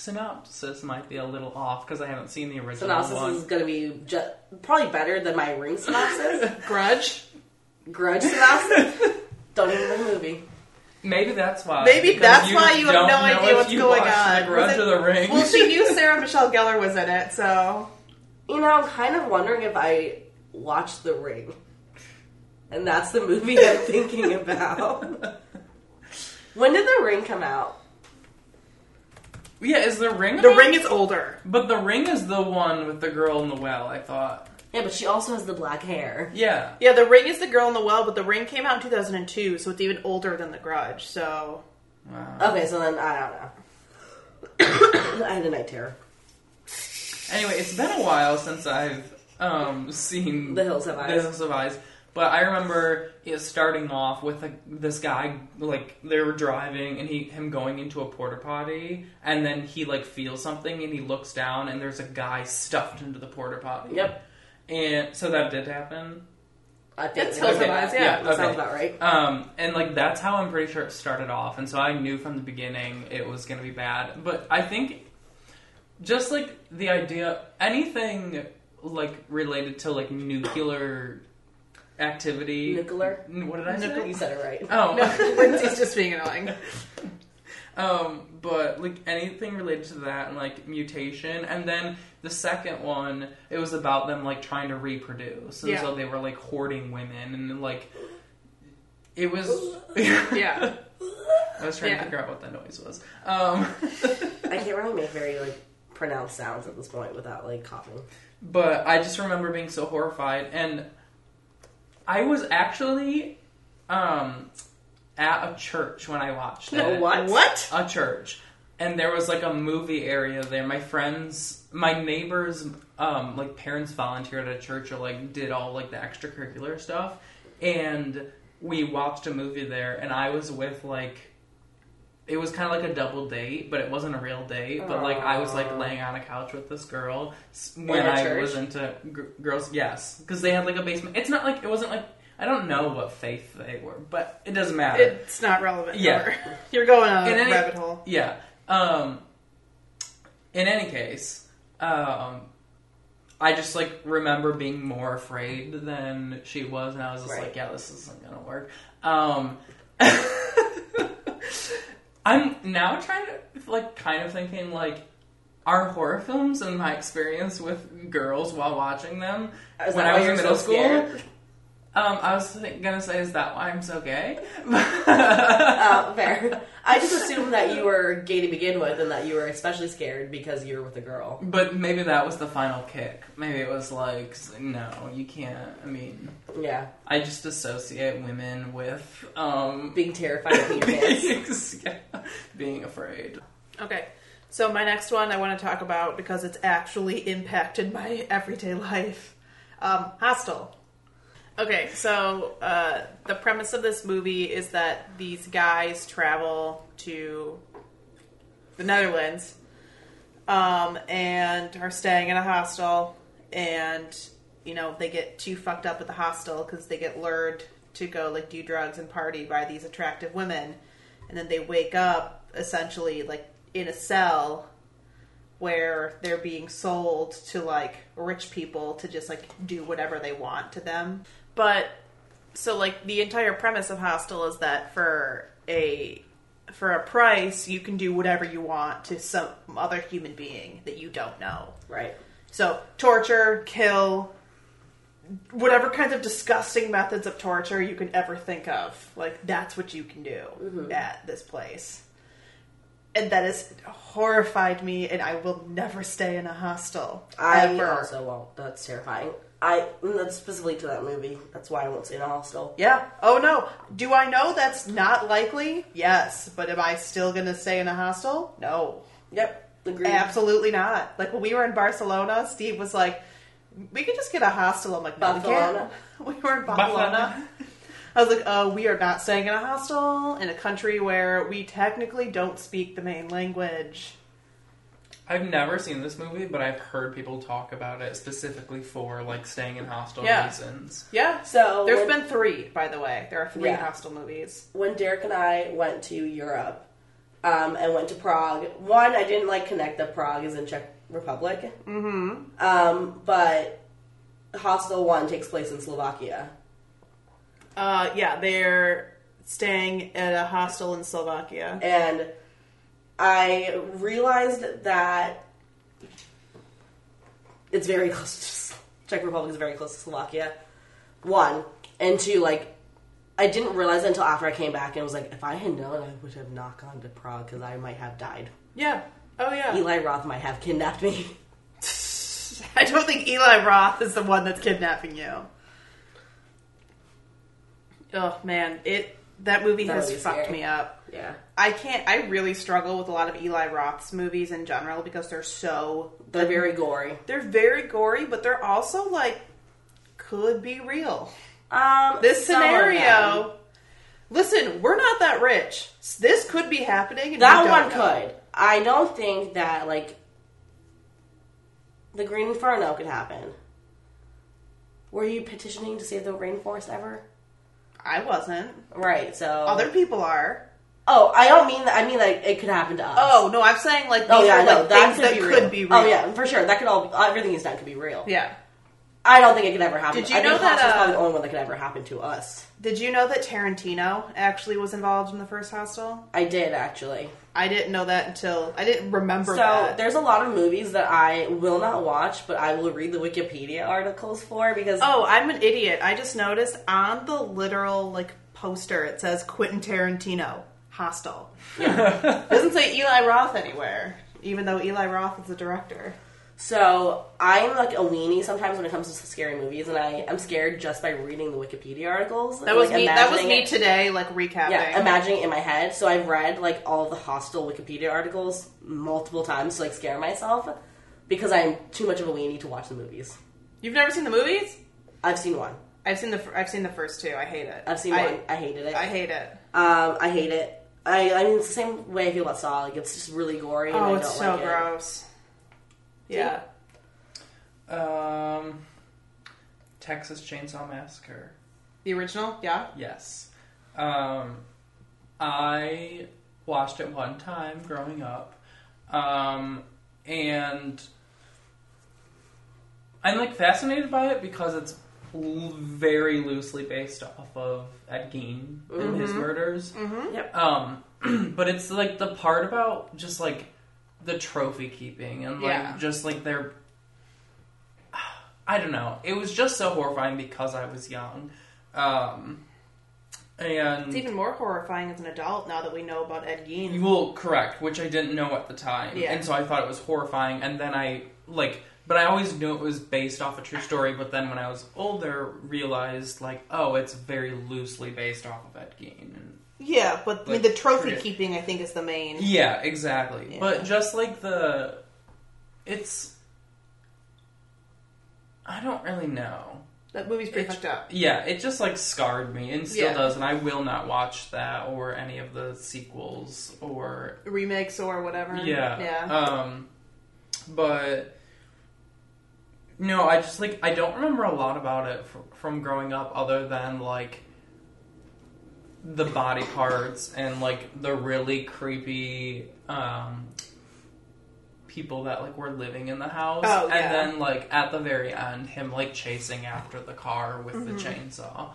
C: synopsis might be a little off because I haven't seen the original
A: synopsis
C: one.
A: is going to be ju- probably better than my ring synopsis.
B: Grudge?
A: Grudge synopsis. Don't even the movie.
C: Maybe that's why.
B: Maybe
C: because
B: that's why you have
C: don't
B: no
C: know
B: idea
C: if
B: what's
C: you
B: going
C: watched
B: on.
C: The Grudge
B: Was it-
C: or the Ring.
B: Well, she knew Sarah Michelle Gellar was in it, so
A: You know, I'm kind of wondering if I watched The Ring. and that's the movie I'm thinking about. When did The Ring come out?
C: Yeah, is the ring?
B: The
C: about-
B: ring is older.
C: But the ring is the one with the girl in the well. I thought.
A: Yeah, but she also has the black hair.
C: Yeah.
B: Yeah, the ring is the girl in the well, but the ring came out in 2002, so it's even older than the Grudge. So
C: Wow.
A: Okay, so then I don't know. I had a night terror.
C: Anyway, it's been a while since I've um, seen
A: The Hills Have Eyes.
C: The Hills Have Eyes. But I remember it starting off with like, this guy, like they were driving, and he him going into a porta potty, and then he like feels something, and he looks down, and there's a guy stuffed into the porta potty.
A: Yep.
C: And so that did happen.
A: I think
B: That's Hills Have
A: Okay.
B: Eyes, yeah.
A: that sounds about right.
C: Um, and like that's how I'm pretty sure it started off, and so I knew from the beginning it was gonna be bad. But I think just like the idea, anything like related to like nuclear activity.
A: Nuclear?
C: N- What did I say?
A: You said it right.
C: Oh,
B: no, Lindsay's just being annoying.
C: um, but like anything related to that and like mutation, and then the second one, it was about them like trying to reproduce, and
B: Yeah.
C: so they were like hoarding women, and like it was.
B: Yeah.
C: I was trying
B: Yeah.
C: to figure out what that noise was. Um,
A: I can't really make very like pronounced sounds at this point without like coughing.
C: but I just remember being so horrified, and I was actually um, at a church when I watched it.
A: Oh, what?
B: What?
C: a church and there was like a movie area there my friends my neighbors um like parents volunteered at a church or like did all like the extracurricular stuff and we watched a movie there and i was with like it was kind of like a double date but it wasn't a real date but like i was like
A: Aw.
C: laying on a couch with this girl s- when
A: a
C: i
A: church?
C: was into gr- girls yes because they had like a basement it's not like it wasn't like i don't know what faith they were but it doesn't matter
B: It's not relevant.
C: Yeah.
B: Nor. You're going on
C: In
B: a
C: any-
B: rabbit hole.
C: Yeah. Um, in any case, um, I just like remember being more afraid than she was, and I was just
A: Right.
C: like, "Yeah, this isn't gonna work." Um, I'm now trying to like kind of thinking like. Are horror films and my experience with girls while watching them
A: Is
C: when
A: that
C: I
A: why
C: was in
A: you're
C: middle
A: so
C: school?
A: scared?
C: Um, I was th- gonna say, is that why I'm so gay?
A: Uh, fair. I just assumed that you were gay to begin with and that you were especially scared because you were with a girl.
C: But maybe that was the final kick. Maybe it was like, no, you can't. I mean,
A: Yeah.
C: I just associate women with um,
A: Being terrified of your pants.
C: yeah, being afraid.
B: Okay. So my next one I want to talk about because it's actually impacted my everyday life. Um, Hostel. Okay, so uh, the premise of this movie is that these guys travel to the Netherlands um, and are staying in a hostel, and you know they get too fucked up at the hostel because they get lured to go like do drugs and party by these attractive women, and then they wake up essentially like in a cell where they're being sold to like rich people to just like do whatever they want to them. But so like the entire premise of Hostel is that for a for a price you can do whatever you want to some other human being that you don't know.
A: Right.
B: So torture, kill, whatever kinds of disgusting methods of torture you can ever think of. Like that's what you can do
A: Mm-hmm.
B: at this place. And that has horrified me, and I will never stay in a hostel.
A: I
B: ever.
A: also won't. That's terrifying. I mm, that's specifically to that movie. That's why I won't stay in a hostel.
B: Yeah. Oh no. Do I know that's not likely? Yes. But am I still gonna stay in a hostel? No.
A: Yep. Agreed.
B: Absolutely not. Like when we were in Barcelona, Steve was like, "We could just get a hostel." I'm like, "No, we can't."
A: Barcelona.
B: We were in Barcelona. I was like, "Oh, we are not staying in a hostel in a country where we technically don't speak the main language."
C: I've never seen this movie, but I've heard people talk about it specifically for like staying in hostile
B: Yeah.
C: reasons.
B: Yeah.
A: So
B: There's
A: when,
B: been three, by the way. There are three
A: Yeah.
B: hostel movies.
A: when Derek and I went to Europe um, and went to Prague, one, I didn't like connect that Prague is in Czech Republic. Mm-hmm. Um, but Hostel One takes place in Slovakia.
B: Uh, yeah, they're staying at a hostel in Slovakia.
A: And I realized that it's very close to Czech Republic is very close to Slovakia. One. and to like I didn't realize it until after I came back and was like, if I had known, I would have not gone to Prague because I might have died.
B: Yeah. Oh yeah.
A: Eli Roth might have kidnapped me.
B: I don't think Eli Roth is the one that's kidnapping you. Oh man, it that movie
A: That
B: has
A: movie's
B: fucked
A: scary.
B: me up.
A: Yeah,
B: I can't. I really struggle with a lot of Eli Roth's movies in general because they're so
A: they're very gory.
B: they're very gory, but they're also like could be real.
A: Um,
B: This
A: some of them.
B: scenario. Listen, we're not that rich. This could be happening. and
A: that
B: we
A: one
B: don't know.
A: could. I don't think that like the Green Inferno could happen. Were you petitioning to save the rainforest ever?
B: I wasn't.
A: Right. So
B: Other people are.
A: oh, I don't mean that. I mean like it could happen to us.
B: Oh no, I'm saying like these
A: Oh yeah,
B: are
A: no,
B: like
A: that
B: things
A: could,
B: that
A: be, real.
B: could be real.
A: Oh yeah, for sure. That could all everything he's done could be real.
B: yeah.
A: I don't think it could ever happen.
B: Did you
A: I
B: know
A: think House
B: that,
A: was probably
B: uh,
A: the only one that could ever happen to us?
B: Did you know that Tarantino actually was involved in the first Hostel?
A: I did actually.
B: I didn't know that until I didn't remember
A: So
B: that.
A: there's a lot of movies that I will not watch, but I will read the Wikipedia articles for because
B: Oh, I'm an idiot. I just noticed on the literal like poster it says Quentin Tarantino Hostel. it doesn't say Eli Roth anywhere, even though Eli Roth is the director.
A: So I'm like a weenie sometimes when it comes to scary movies, and I am scared just by reading the Wikipedia articles.
B: That was
A: like,
B: me. That was
A: imagining
B: me
A: it-
B: today, like recapping.
A: Yeah, imagining it in my head. So I've read like all the hostile Wikipedia articles multiple times to like scare myself because I'm too much of a weenie to watch the movies.
B: You've never seen the movies?
A: I've seen one.
B: I've seen the fir- I've seen the first two. I hate it.
A: I've seen
B: I,
A: one. I hated it.
B: I
A: I,
B: hate it.
A: um, I hate it. I, I mean, it's the same way I feel about Saw. Like it's just really gory. and I
B: Oh,
A: don't
B: it's so
A: like it.
B: gross. Yeah.
C: Um, Texas Chainsaw Massacre.
B: The original? Yeah.
C: Yes. Um, I watched it one time growing up. Um, and I'm like fascinated by it because it's l- very loosely based off of Ed Gein and his murders.
B: Mhm.
A: Yep.
C: Um, but it's like the part about just like the trophy keeping and like
B: Yeah.
C: just like their. I don't know. It was just so horrifying because I was young. Um, and
B: It's even more horrifying as an adult now that we know about Ed Gein.
C: Mm. you will correct, which I didn't know at the time,
B: Yeah.
C: and so I thought it was horrifying. And then I like, but I always knew it was based off a true story. But then when I was older, realized like, oh, it's very loosely based off of Ed Gein. And,
B: yeah, but I mean
C: Like,
B: the trophy
C: true.
B: keeping I think is the main.
C: yeah, exactly.
B: Yeah.
C: But just like the, it's, I don't really know.
B: That movie's pretty
C: It's-
B: fucked up.
C: Yeah, it just like scarred me and
B: Yeah.
C: still does, and I will not watch that or any of the sequels or
B: Remakes or whatever.
C: Yeah.
B: Yeah.
C: Um, but no, I just like I don't remember a lot about it from, from growing up, other than like the body parts and like the really creepy um people that like were living in the house
B: Oh, yeah.
C: and then like at the very end him like chasing after the car with the
B: Mm-hmm.
C: chainsaw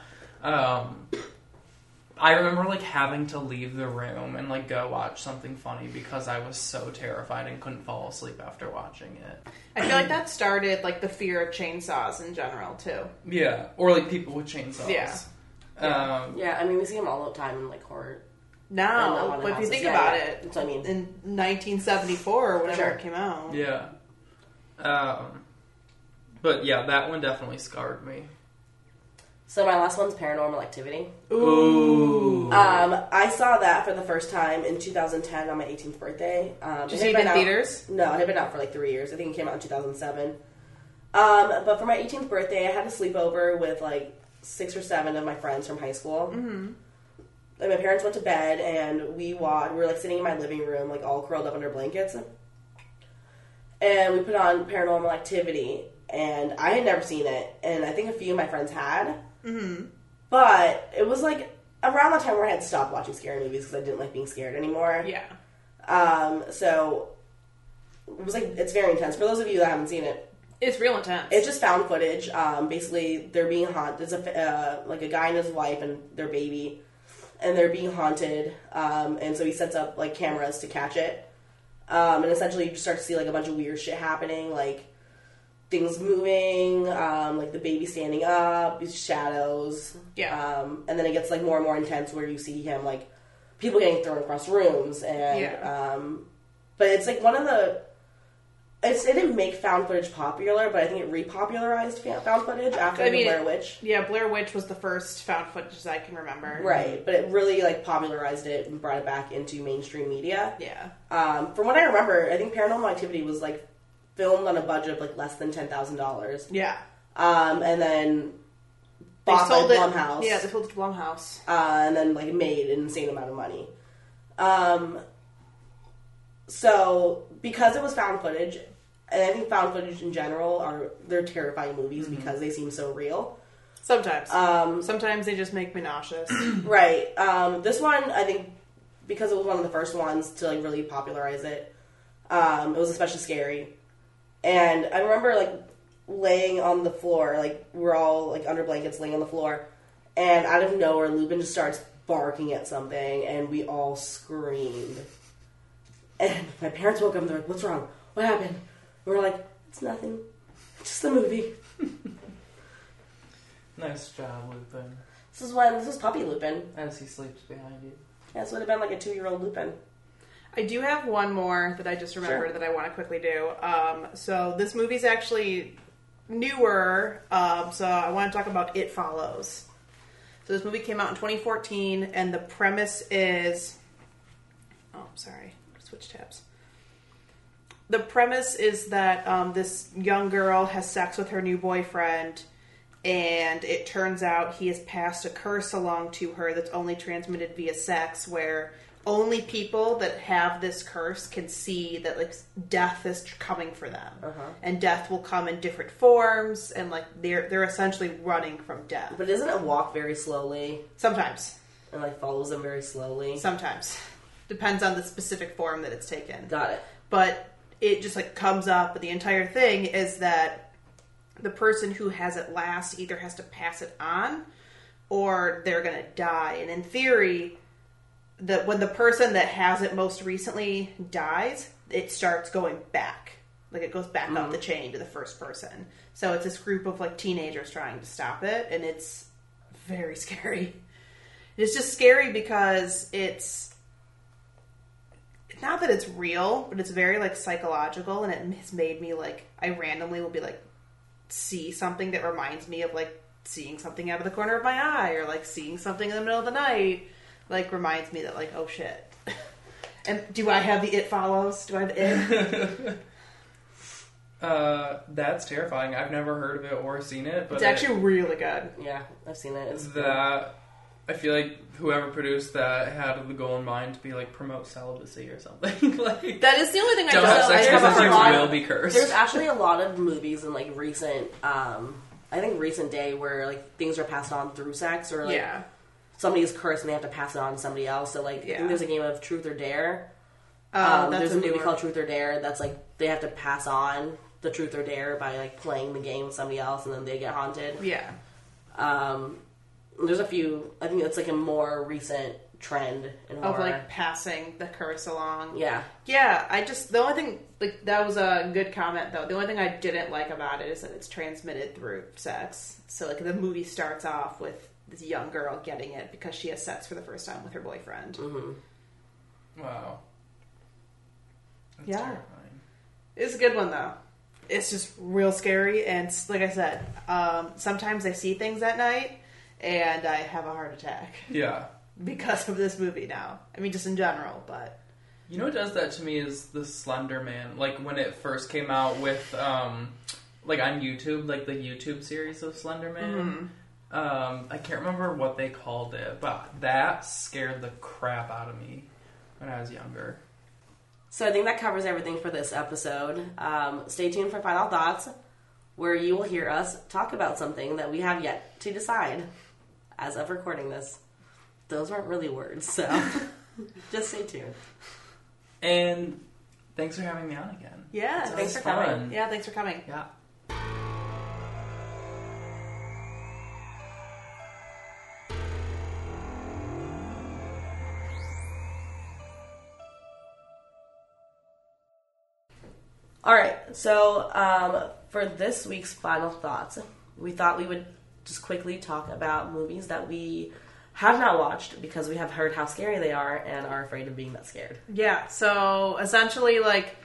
C: um I remember like having to leave the room and like go watch something funny because I was so terrified and couldn't fall asleep after watching it.
B: I feel like that started like the fear of chainsaws in general too.
C: Yeah, or like people with chainsaws.
B: Yeah.
C: Um,
A: Yeah, I mean, we see them all the time in like horror. and the
B: Now,
A: haunted
B: Oh, but if you
A: houses.
B: think
A: Yeah,
B: about
A: yeah.
B: it,
A: that's what I mean.
B: in 1974 or whenever
A: sure.
B: it came out.
C: yeah. Um, but yeah, that one definitely scarred me.
A: So my last one's Paranormal Activity.
C: Ooh.
A: Um, I saw that for the first time in 2010 on my 18th birthday. Um,
B: Did you
A: it had
B: see it in
A: been out-
B: theaters?
A: No, it had been out for like three years. I think it came out in 2007. Um, but for my 18th birthday, I had a sleepover with like six or seven of my friends from high school. Mm-hmm. And my parents went to bed, and we watched. We were like sitting in my living room, like all curled up under blankets, and we put on Paranormal Activity. And I had never seen it, and I think a few of my friends had. But it was like around the time where I had stopped watching scary movies because I didn't like being scared anymore.
B: Yeah.
A: Um, so it was like it's very intense. For those of you that haven't seen it,
B: It's real intense.
A: it's just found footage. Um, basically, they're being haunted. There's a fa- uh, like a guy and his wife and their baby, and they're being haunted. Um, and so he sets up like cameras to catch it. Um, and essentially, you just start to see like a bunch of weird shit happening, like. things moving, um, like the baby standing up, these shadows.
B: Yeah.
A: Um, and then it gets like more and more intense where you see him like people getting thrown across rooms and
B: Yeah.
A: um, but it's like one of the it's, it didn't make found footage popular, but I think it repopularized fa- found footage after
B: I mean,
A: the Blair Witch.
B: Yeah, Blair Witch was the first found footage that I can remember.
A: Right, but it really like popularized it and brought it back into mainstream media.
B: Yeah.
A: Um, from what I remember, I think Paranormal Activity was like filmed on a budget of like less than ten thousand dollars,
B: Yeah.
A: um, and then bought by Blumhouse,
B: Yeah, they sold it to Blumhouse.
A: uh, and then like made an insane amount of money. Um, so because it was found footage, and I think found footage in general are they're terrifying movies because they seem so real.
B: Sometimes.
A: Um,
B: Sometimes they just make me nauseous.
A: Right. Um, this one, I think, because it was one of the first ones to like really popularize it, um, it was especially scary. And I remember like laying on the floor, like we're all like under blankets, laying on the floor, and out of nowhere, Lupin just starts barking at something, and we all screamed. And my parents woke up and they're like, "What's wrong? What happened?" We were like, "It's nothing. It's just a movie."
C: Nice job, Lupin.
A: This is when this is puppy Lupin.
C: As he sleeps behind you.
A: Yeah, this would have been like a two-year-old Lupin.
B: I do have one more that I just remembered
A: Sure.
B: that I want to quickly do. Um, so this movie's actually newer, um, so I want to talk about It Follows. So this movie came out in 2014, and the premise is. Oh, sorry, switch tabs. The premise is that um, this young girl has sex with her new boyfriend, and it turns out he has passed a curse along to her that's only transmitted via sex, where only people that have this curse can see that like death is coming for them, and death will come in different forms, and like they're they're essentially running from death.
A: But doesn't it walk very slowly
B: Sometimes,
A: and like follows them very slowly?
B: sometimes depends on the specific form that it's taken.
A: Got it.
B: but it just like comes up but the entire thing is that the person who has it last either has to pass it on or they're going to die and in theory that when the person that has it most recently dies it starts going back like it goes back up the chain to the first person so it's this group of like teenagers trying to stop it and it's very scary it's just scary because it's not that it's real, but it's very like psychological, and it has made me like I randomly will be like see something that reminds me of like seeing something out of the corner of my eye, or like seeing something in the middle of the night, like reminds me that like oh shit. and do I have the it follows? Do I have the it?
C: Uh, that's terrifying. I've never heard of it or seen it, but
B: it's
C: it-
B: actually really good.
A: Yeah, I've seen it. It's
C: that I feel like whoever produced that had the goal in mind to be like promote celibacy or something. like
B: That is the only thing I
C: don't have
A: so
B: know.
C: sex
A: I have
C: because
A: a
C: you
A: lot-
C: will be cursed.
A: There's actually a lot of movies in like recent, um, I think recent day where like things are passed on through sex or like
B: yeah,
A: somebody is cursed and they have to pass it on to somebody else. So like I
B: Yeah.
A: think there's a game of Truth or Dare.
B: um,
A: Um,
B: that's
A: there's
B: a
A: a movie
B: newer-
A: called Truth or Dare that's like they have to pass on the Truth or Dare by like playing the game with somebody else and then they get haunted.
B: yeah.
A: Um, there's a few. I think it's like a more recent trend in horror.
B: Of like passing the curse along.
A: yeah.
B: Yeah, I just the only thing like that was a good comment though. The only thing I didn't like about it is that it's transmitted through sex. So like the movie starts off with this young girl getting it because she has sex for the first time with her boyfriend.
C: wow. That's
B: Yeah.
C: terrifying.
B: It's a good one though. It's just real scary, and s- like I said, um, sometimes I see things at night and I have a heart attack
C: Yeah.
B: because of this movie. Now, I mean, just in general, but
C: You know what does that to me is the Slender Man. Like when it first came out with um like on YouTube, like the YouTube series of Slender Man. Um, I can't remember what they called it, but that scared the crap out of me when I was younger.
A: So I think that covers everything for this episode. Um, stay tuned for final thoughts, where you will hear us talk about something that we have yet to decide as of recording this. Those weren't really words, so just stay tuned.
C: And thanks for having me on again.
B: yeah,
C: It's
B: thanks
C: always
B: for coming.
C: fun.
B: Yeah, thanks for coming.
C: Yeah.
A: All right. So um, for this week's final thoughts, we thought we would just quickly talk about movies that we have not watched because we have heard how scary they are and are afraid of being that scared.
B: Yeah, so essentially, like,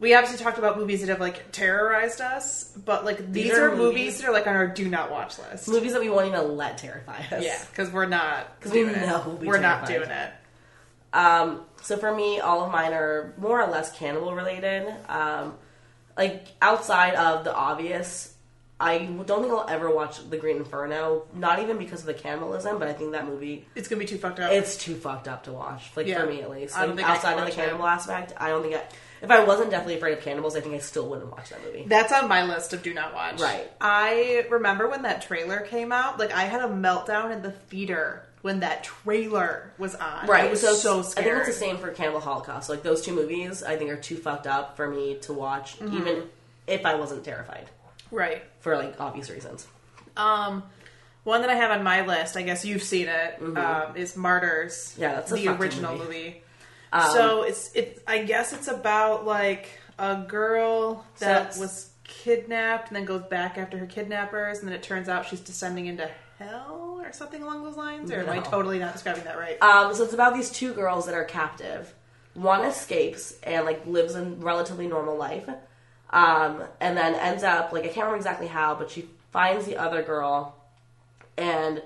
B: we obviously talked about movies that have, like, terrorized us, but, like, these, are, movies, that are, like, on our do not watch list.
A: Movies that we won't even let terrify us.
B: Yeah, because we're not.
A: 'Cause we
B: doing it.
A: know we'll be
B: We're not
A: terrified.
B: doing it.
A: Um, so for me, all of mine are more or less cannibal related. Um, like outside of the obvious, I don't think I'll ever watch The Green Inferno. Not even because of the cannibalism, but I think that movie
B: It's going to be too fucked up.
A: it's too fucked up to watch. Like
B: Yeah.
A: for me at least,
B: I don't
A: like,
B: think I
A: outside
B: could
A: of the
B: watch it.
A: cannibal aspect, I don't think I. If I wasn't deathly afraid of cannibals, I think I still wouldn't watch that movie.
B: That's on my list of do not watch.
A: Right.
B: I remember when that trailer came out, like I had a meltdown in the theater when that trailer was on. I was so, scared.
A: I think it's the same for Cannibal Holocaust. Like those two movies, I think are too fucked up for me to watch,
B: Mm-hmm.
A: even if I wasn't terrified
B: Right.
A: for like obvious reasons.
B: Um one that I have on my list, I guess you've seen it, um, is Martyrs.
A: Mm-hmm. Yeah, that's a
B: the
A: fucking
B: original
A: movie. Um,
B: movie. so it's it's I guess it's about like a girl that
A: So-
B: was kidnapped and then goes back after her kidnappers and then it turns out she's descending into hell or something along those lines or am I
A: No.
B: totally not describing that right?
A: Um, so it's about these two girls that are captive. One escapes and like lives a relatively normal life, um, and then ends up like I can't remember exactly how, but she finds the other girl, and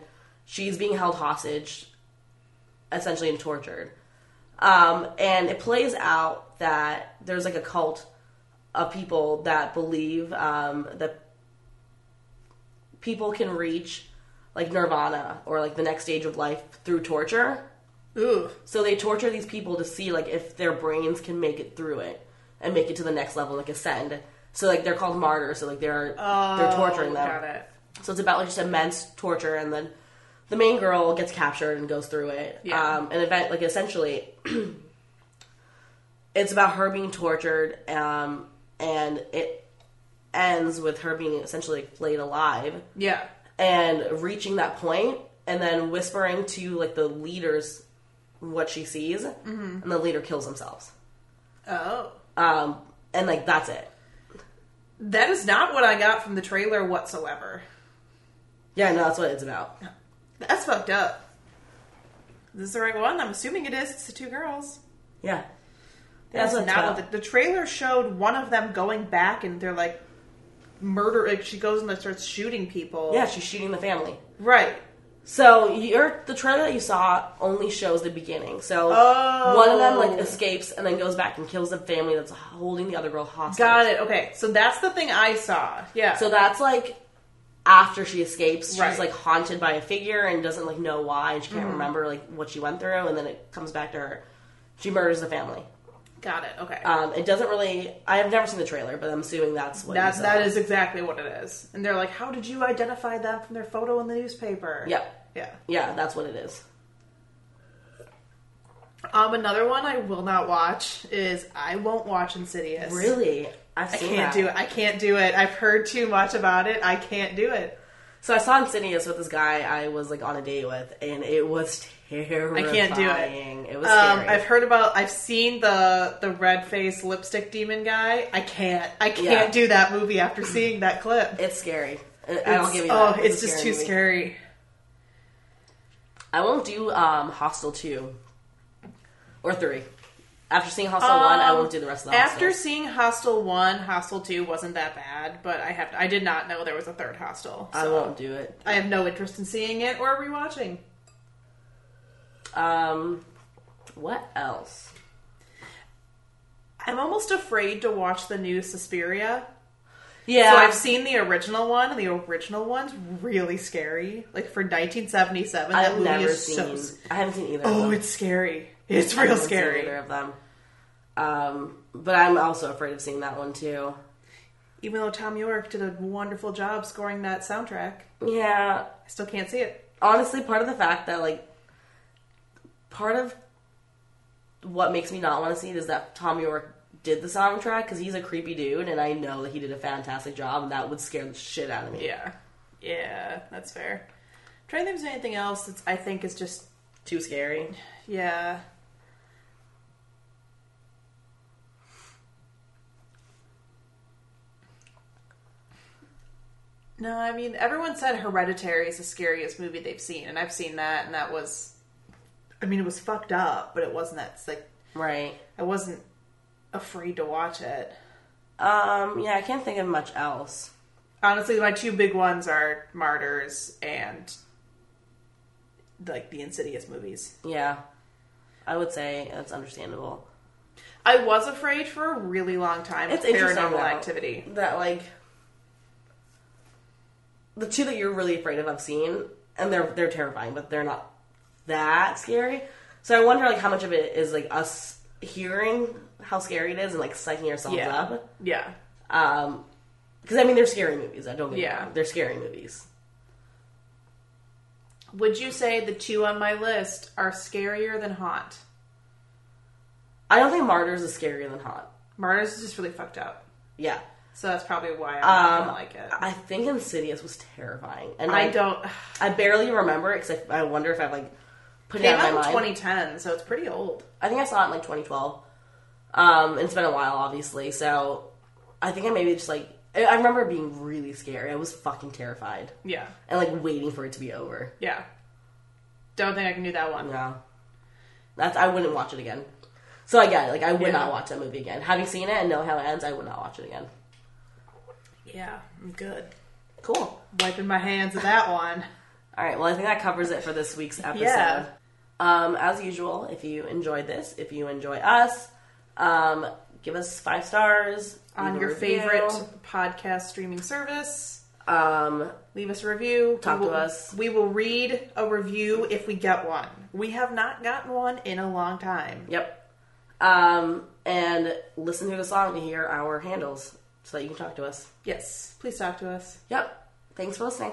A: she's being held hostage, essentially and tortured. Um, and it plays out that there's like a cult of people that believe um, that people can reach like nirvana or like the next stage of life through torture.
B: Ooh.
A: So they torture these people to see like if their brains can make it through it and make it to the next level, like ascend. So like they're called martyrs. So like they're they're torturing them.
B: Oh, Got it.
A: So it's about like just immense torture, and then the main girl gets captured and goes through it.
B: Yeah.
A: Um, and event like essentially, it's about her being tortured, um, and it ends with her being essentially flayed alive
B: Yeah.
A: and reaching that point and then whispering to like the leaders what she sees
B: Mm-hmm.
A: and the leader kills themselves
B: Oh.
A: um and like that's it
B: That is not what I got from the trailer whatsoever.
A: yeah no that's what it's about
B: That's fucked up. Is this the right one? I'm assuming it is. It's the two girls.
A: yeah that's
B: That's,
A: what it's
B: not
A: about.
B: what the, the trailer showed. One of them going back, and they're like murder. Like she goes and like, starts shooting people.
A: yeah she's shooting the family
B: Right.
A: so you're the trailer that you saw only shows the beginning so
B: Oh.
A: one of them like escapes and then goes back and kills the family that's holding the other girl hostage
B: Got it. Okay. So that's the thing I saw. Yeah.
A: So that's like after she escapes, she's
B: Right. Mm-hmm.
A: like haunted by a figure and doesn't like know why and she can't remember like what she went through and then it comes back to her. She murders the family.
B: got it. Okay.
A: Um, it doesn't really I have never seen the trailer, but I'm assuming that's what
B: that
A: you saw.
B: that is exactly what it is. And they're like, "How did you identify them from their photo in the newspaper?"
A: Yeah.
B: Yeah.
A: Yeah, that's what it is.
B: Um, another one I will not watch is I won't watch Insidious.
A: Really? I've
B: I
A: seen
B: can't
A: that.
B: do it. I can't do it. I've heard too much about it. I can't do it.
A: So I saw Insidious with this guy I was like on a date with and it was terrifying.
B: can't do it.
A: It was
B: Um,
A: scary.
B: I've heard about. I've seen the the red face lipstick demon guy. I can't. I can't
A: Yeah.
B: do that movie after seeing that clip.
A: it's scary. I- I'll
B: It's-
A: give you
B: Oh,
A: that. a
B: it's just too
A: movie.
B: scary.
A: I won't do um, Hostel 2 or 3. After seeing Hostel 1, I
B: Um,
A: won't do the rest of the
B: After
A: hostels.
B: seeing Hostel One, Hostel Two wasn't that bad, but I have. I did not know there was a third Hostel.
A: I
B: so
A: won't do it.
B: I have no interest in seeing it or rewatching.
A: Um, what else?
B: I'm almost afraid to watch the new Suspiria.
A: Yeah.
B: So I've seen the original one, and the original one's really scary. Like for 1977,
A: I've
B: that movie
A: never
B: is
A: seen.
B: so. s-
A: I haven't seen either. of
B: Oh,
A: them.
B: it's scary. It's
A: I
B: real
A: haven't seen Either
B: scary.
A: of them. Um, but I'm also afraid of seeing that one too.
B: Even though Tom York did a wonderful job scoring that soundtrack,
A: Yeah.
B: I still can't see it.
A: Honestly, part of the fact that like, part of what makes me not want to see it is that Tom York did the soundtrack because he's a creepy dude, and I know that he did a fantastic job, and that would scare the shit out of me.
B: Yeah, yeah, that's fair. I'm trying to think if there's anything else that's I think is just
A: Too scary.
B: yeah. No, I mean everyone said Hereditary is the scariest movie they've seen, and I've seen that, and that was, I mean, it was fucked up, but it wasn't that it's like
A: Right.
B: I wasn't afraid to watch it.
A: Um, yeah, I can't think of much else.
B: Honestly, my two big ones are Martyrs and like the Insidious movies.
A: Yeah. I would say that's understandable.
B: I was afraid for a really long time
A: It's
B: of
A: interesting,
B: paranormal
A: though.
B: activity.
A: That like the two that you're really afraid of I've seen and they're they're terrifying, but they're not that scary. So I wonder like how much of it is like us hearing how scary it is and like psyching ourselves
B: Yeah.
A: up.
B: Yeah.
A: Um, because I mean they're scary movies. I don't.
B: Yeah.
A: Yeah, they're scary movies.
B: Would you say the two on my list are scarier than Haunt?
A: I don't think Martyrs is scarier than Haunt.
B: Martyrs is just really fucked up.
A: Yeah,
B: So that's probably why I don't
A: Um,
B: like it.
A: I think Insidious was terrifying, and
B: I
A: like,
B: don't.
A: I barely remember it because I, I wonder if I've like put it
B: Came
A: out of
B: out
A: my
B: in
A: mind.
B: 2010, so it's pretty old.
A: I think I saw it in like 2012. Um, and it's been a while, obviously. So I think I maybe just like I, I remember it being really scary. I was fucking terrified
B: Yeah,
A: and like waiting for it to be over.
B: yeah. Don't think I can do that one.
A: Yeah, that's I wouldn't watch it again. So I get it. Like I would
B: Yeah.
A: not watch that movie again. Having seen it and know how it ends, I would not watch it again.
B: Yeah, I'm good.
A: Cool.
B: Wiping my hands of that one.
A: All right. Well, I think that covers it for this week's episode.
B: Yeah.
A: Um, as usual, if you enjoyed this, if you enjoy us, um, give us five stars
B: On
A: leave a
B: your
A: review,
B: favorite podcast streaming service,
A: Um,
B: leave us a review.
A: Talk
B: we
A: to
B: will,
A: us.
B: We will read a review if we get one. We have not gotten one in a long time.
A: Yep. Um, and listen to the song to hear our handles so that you can talk to us.
B: Yes, please talk to us.
A: Yep. Thanks for listening.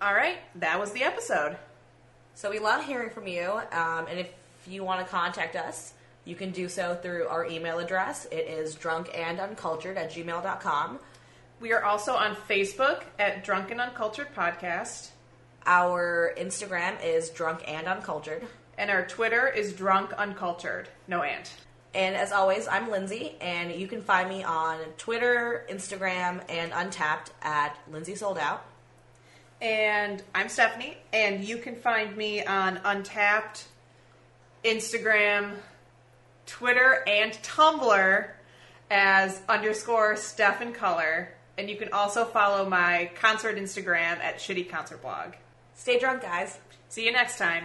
B: All right, that was the episode.
D: So we love hearing from you, um, and if you want to contact us, you can do so through our email address. It is drunkanduncultured at gmail.com.
B: We are also on Facebook at Drunken Uncultured Podcast,
D: Our Instagram is drunk and uncultured.
B: and our Twitter is Drunk Uncultured. No and.
D: And as always, I'm Lindsay, and you can find me on Twitter, Instagram, and Untapped at Lindsay Sold Out.
B: And I'm Stephanie, and you can find me on Untapped, Instagram, Twitter, and Tumblr as underscore Steph in Color. And you can also follow my concert Instagram at Shitty Concert Blog.
D: Stay drunk, guys.
B: See you next time.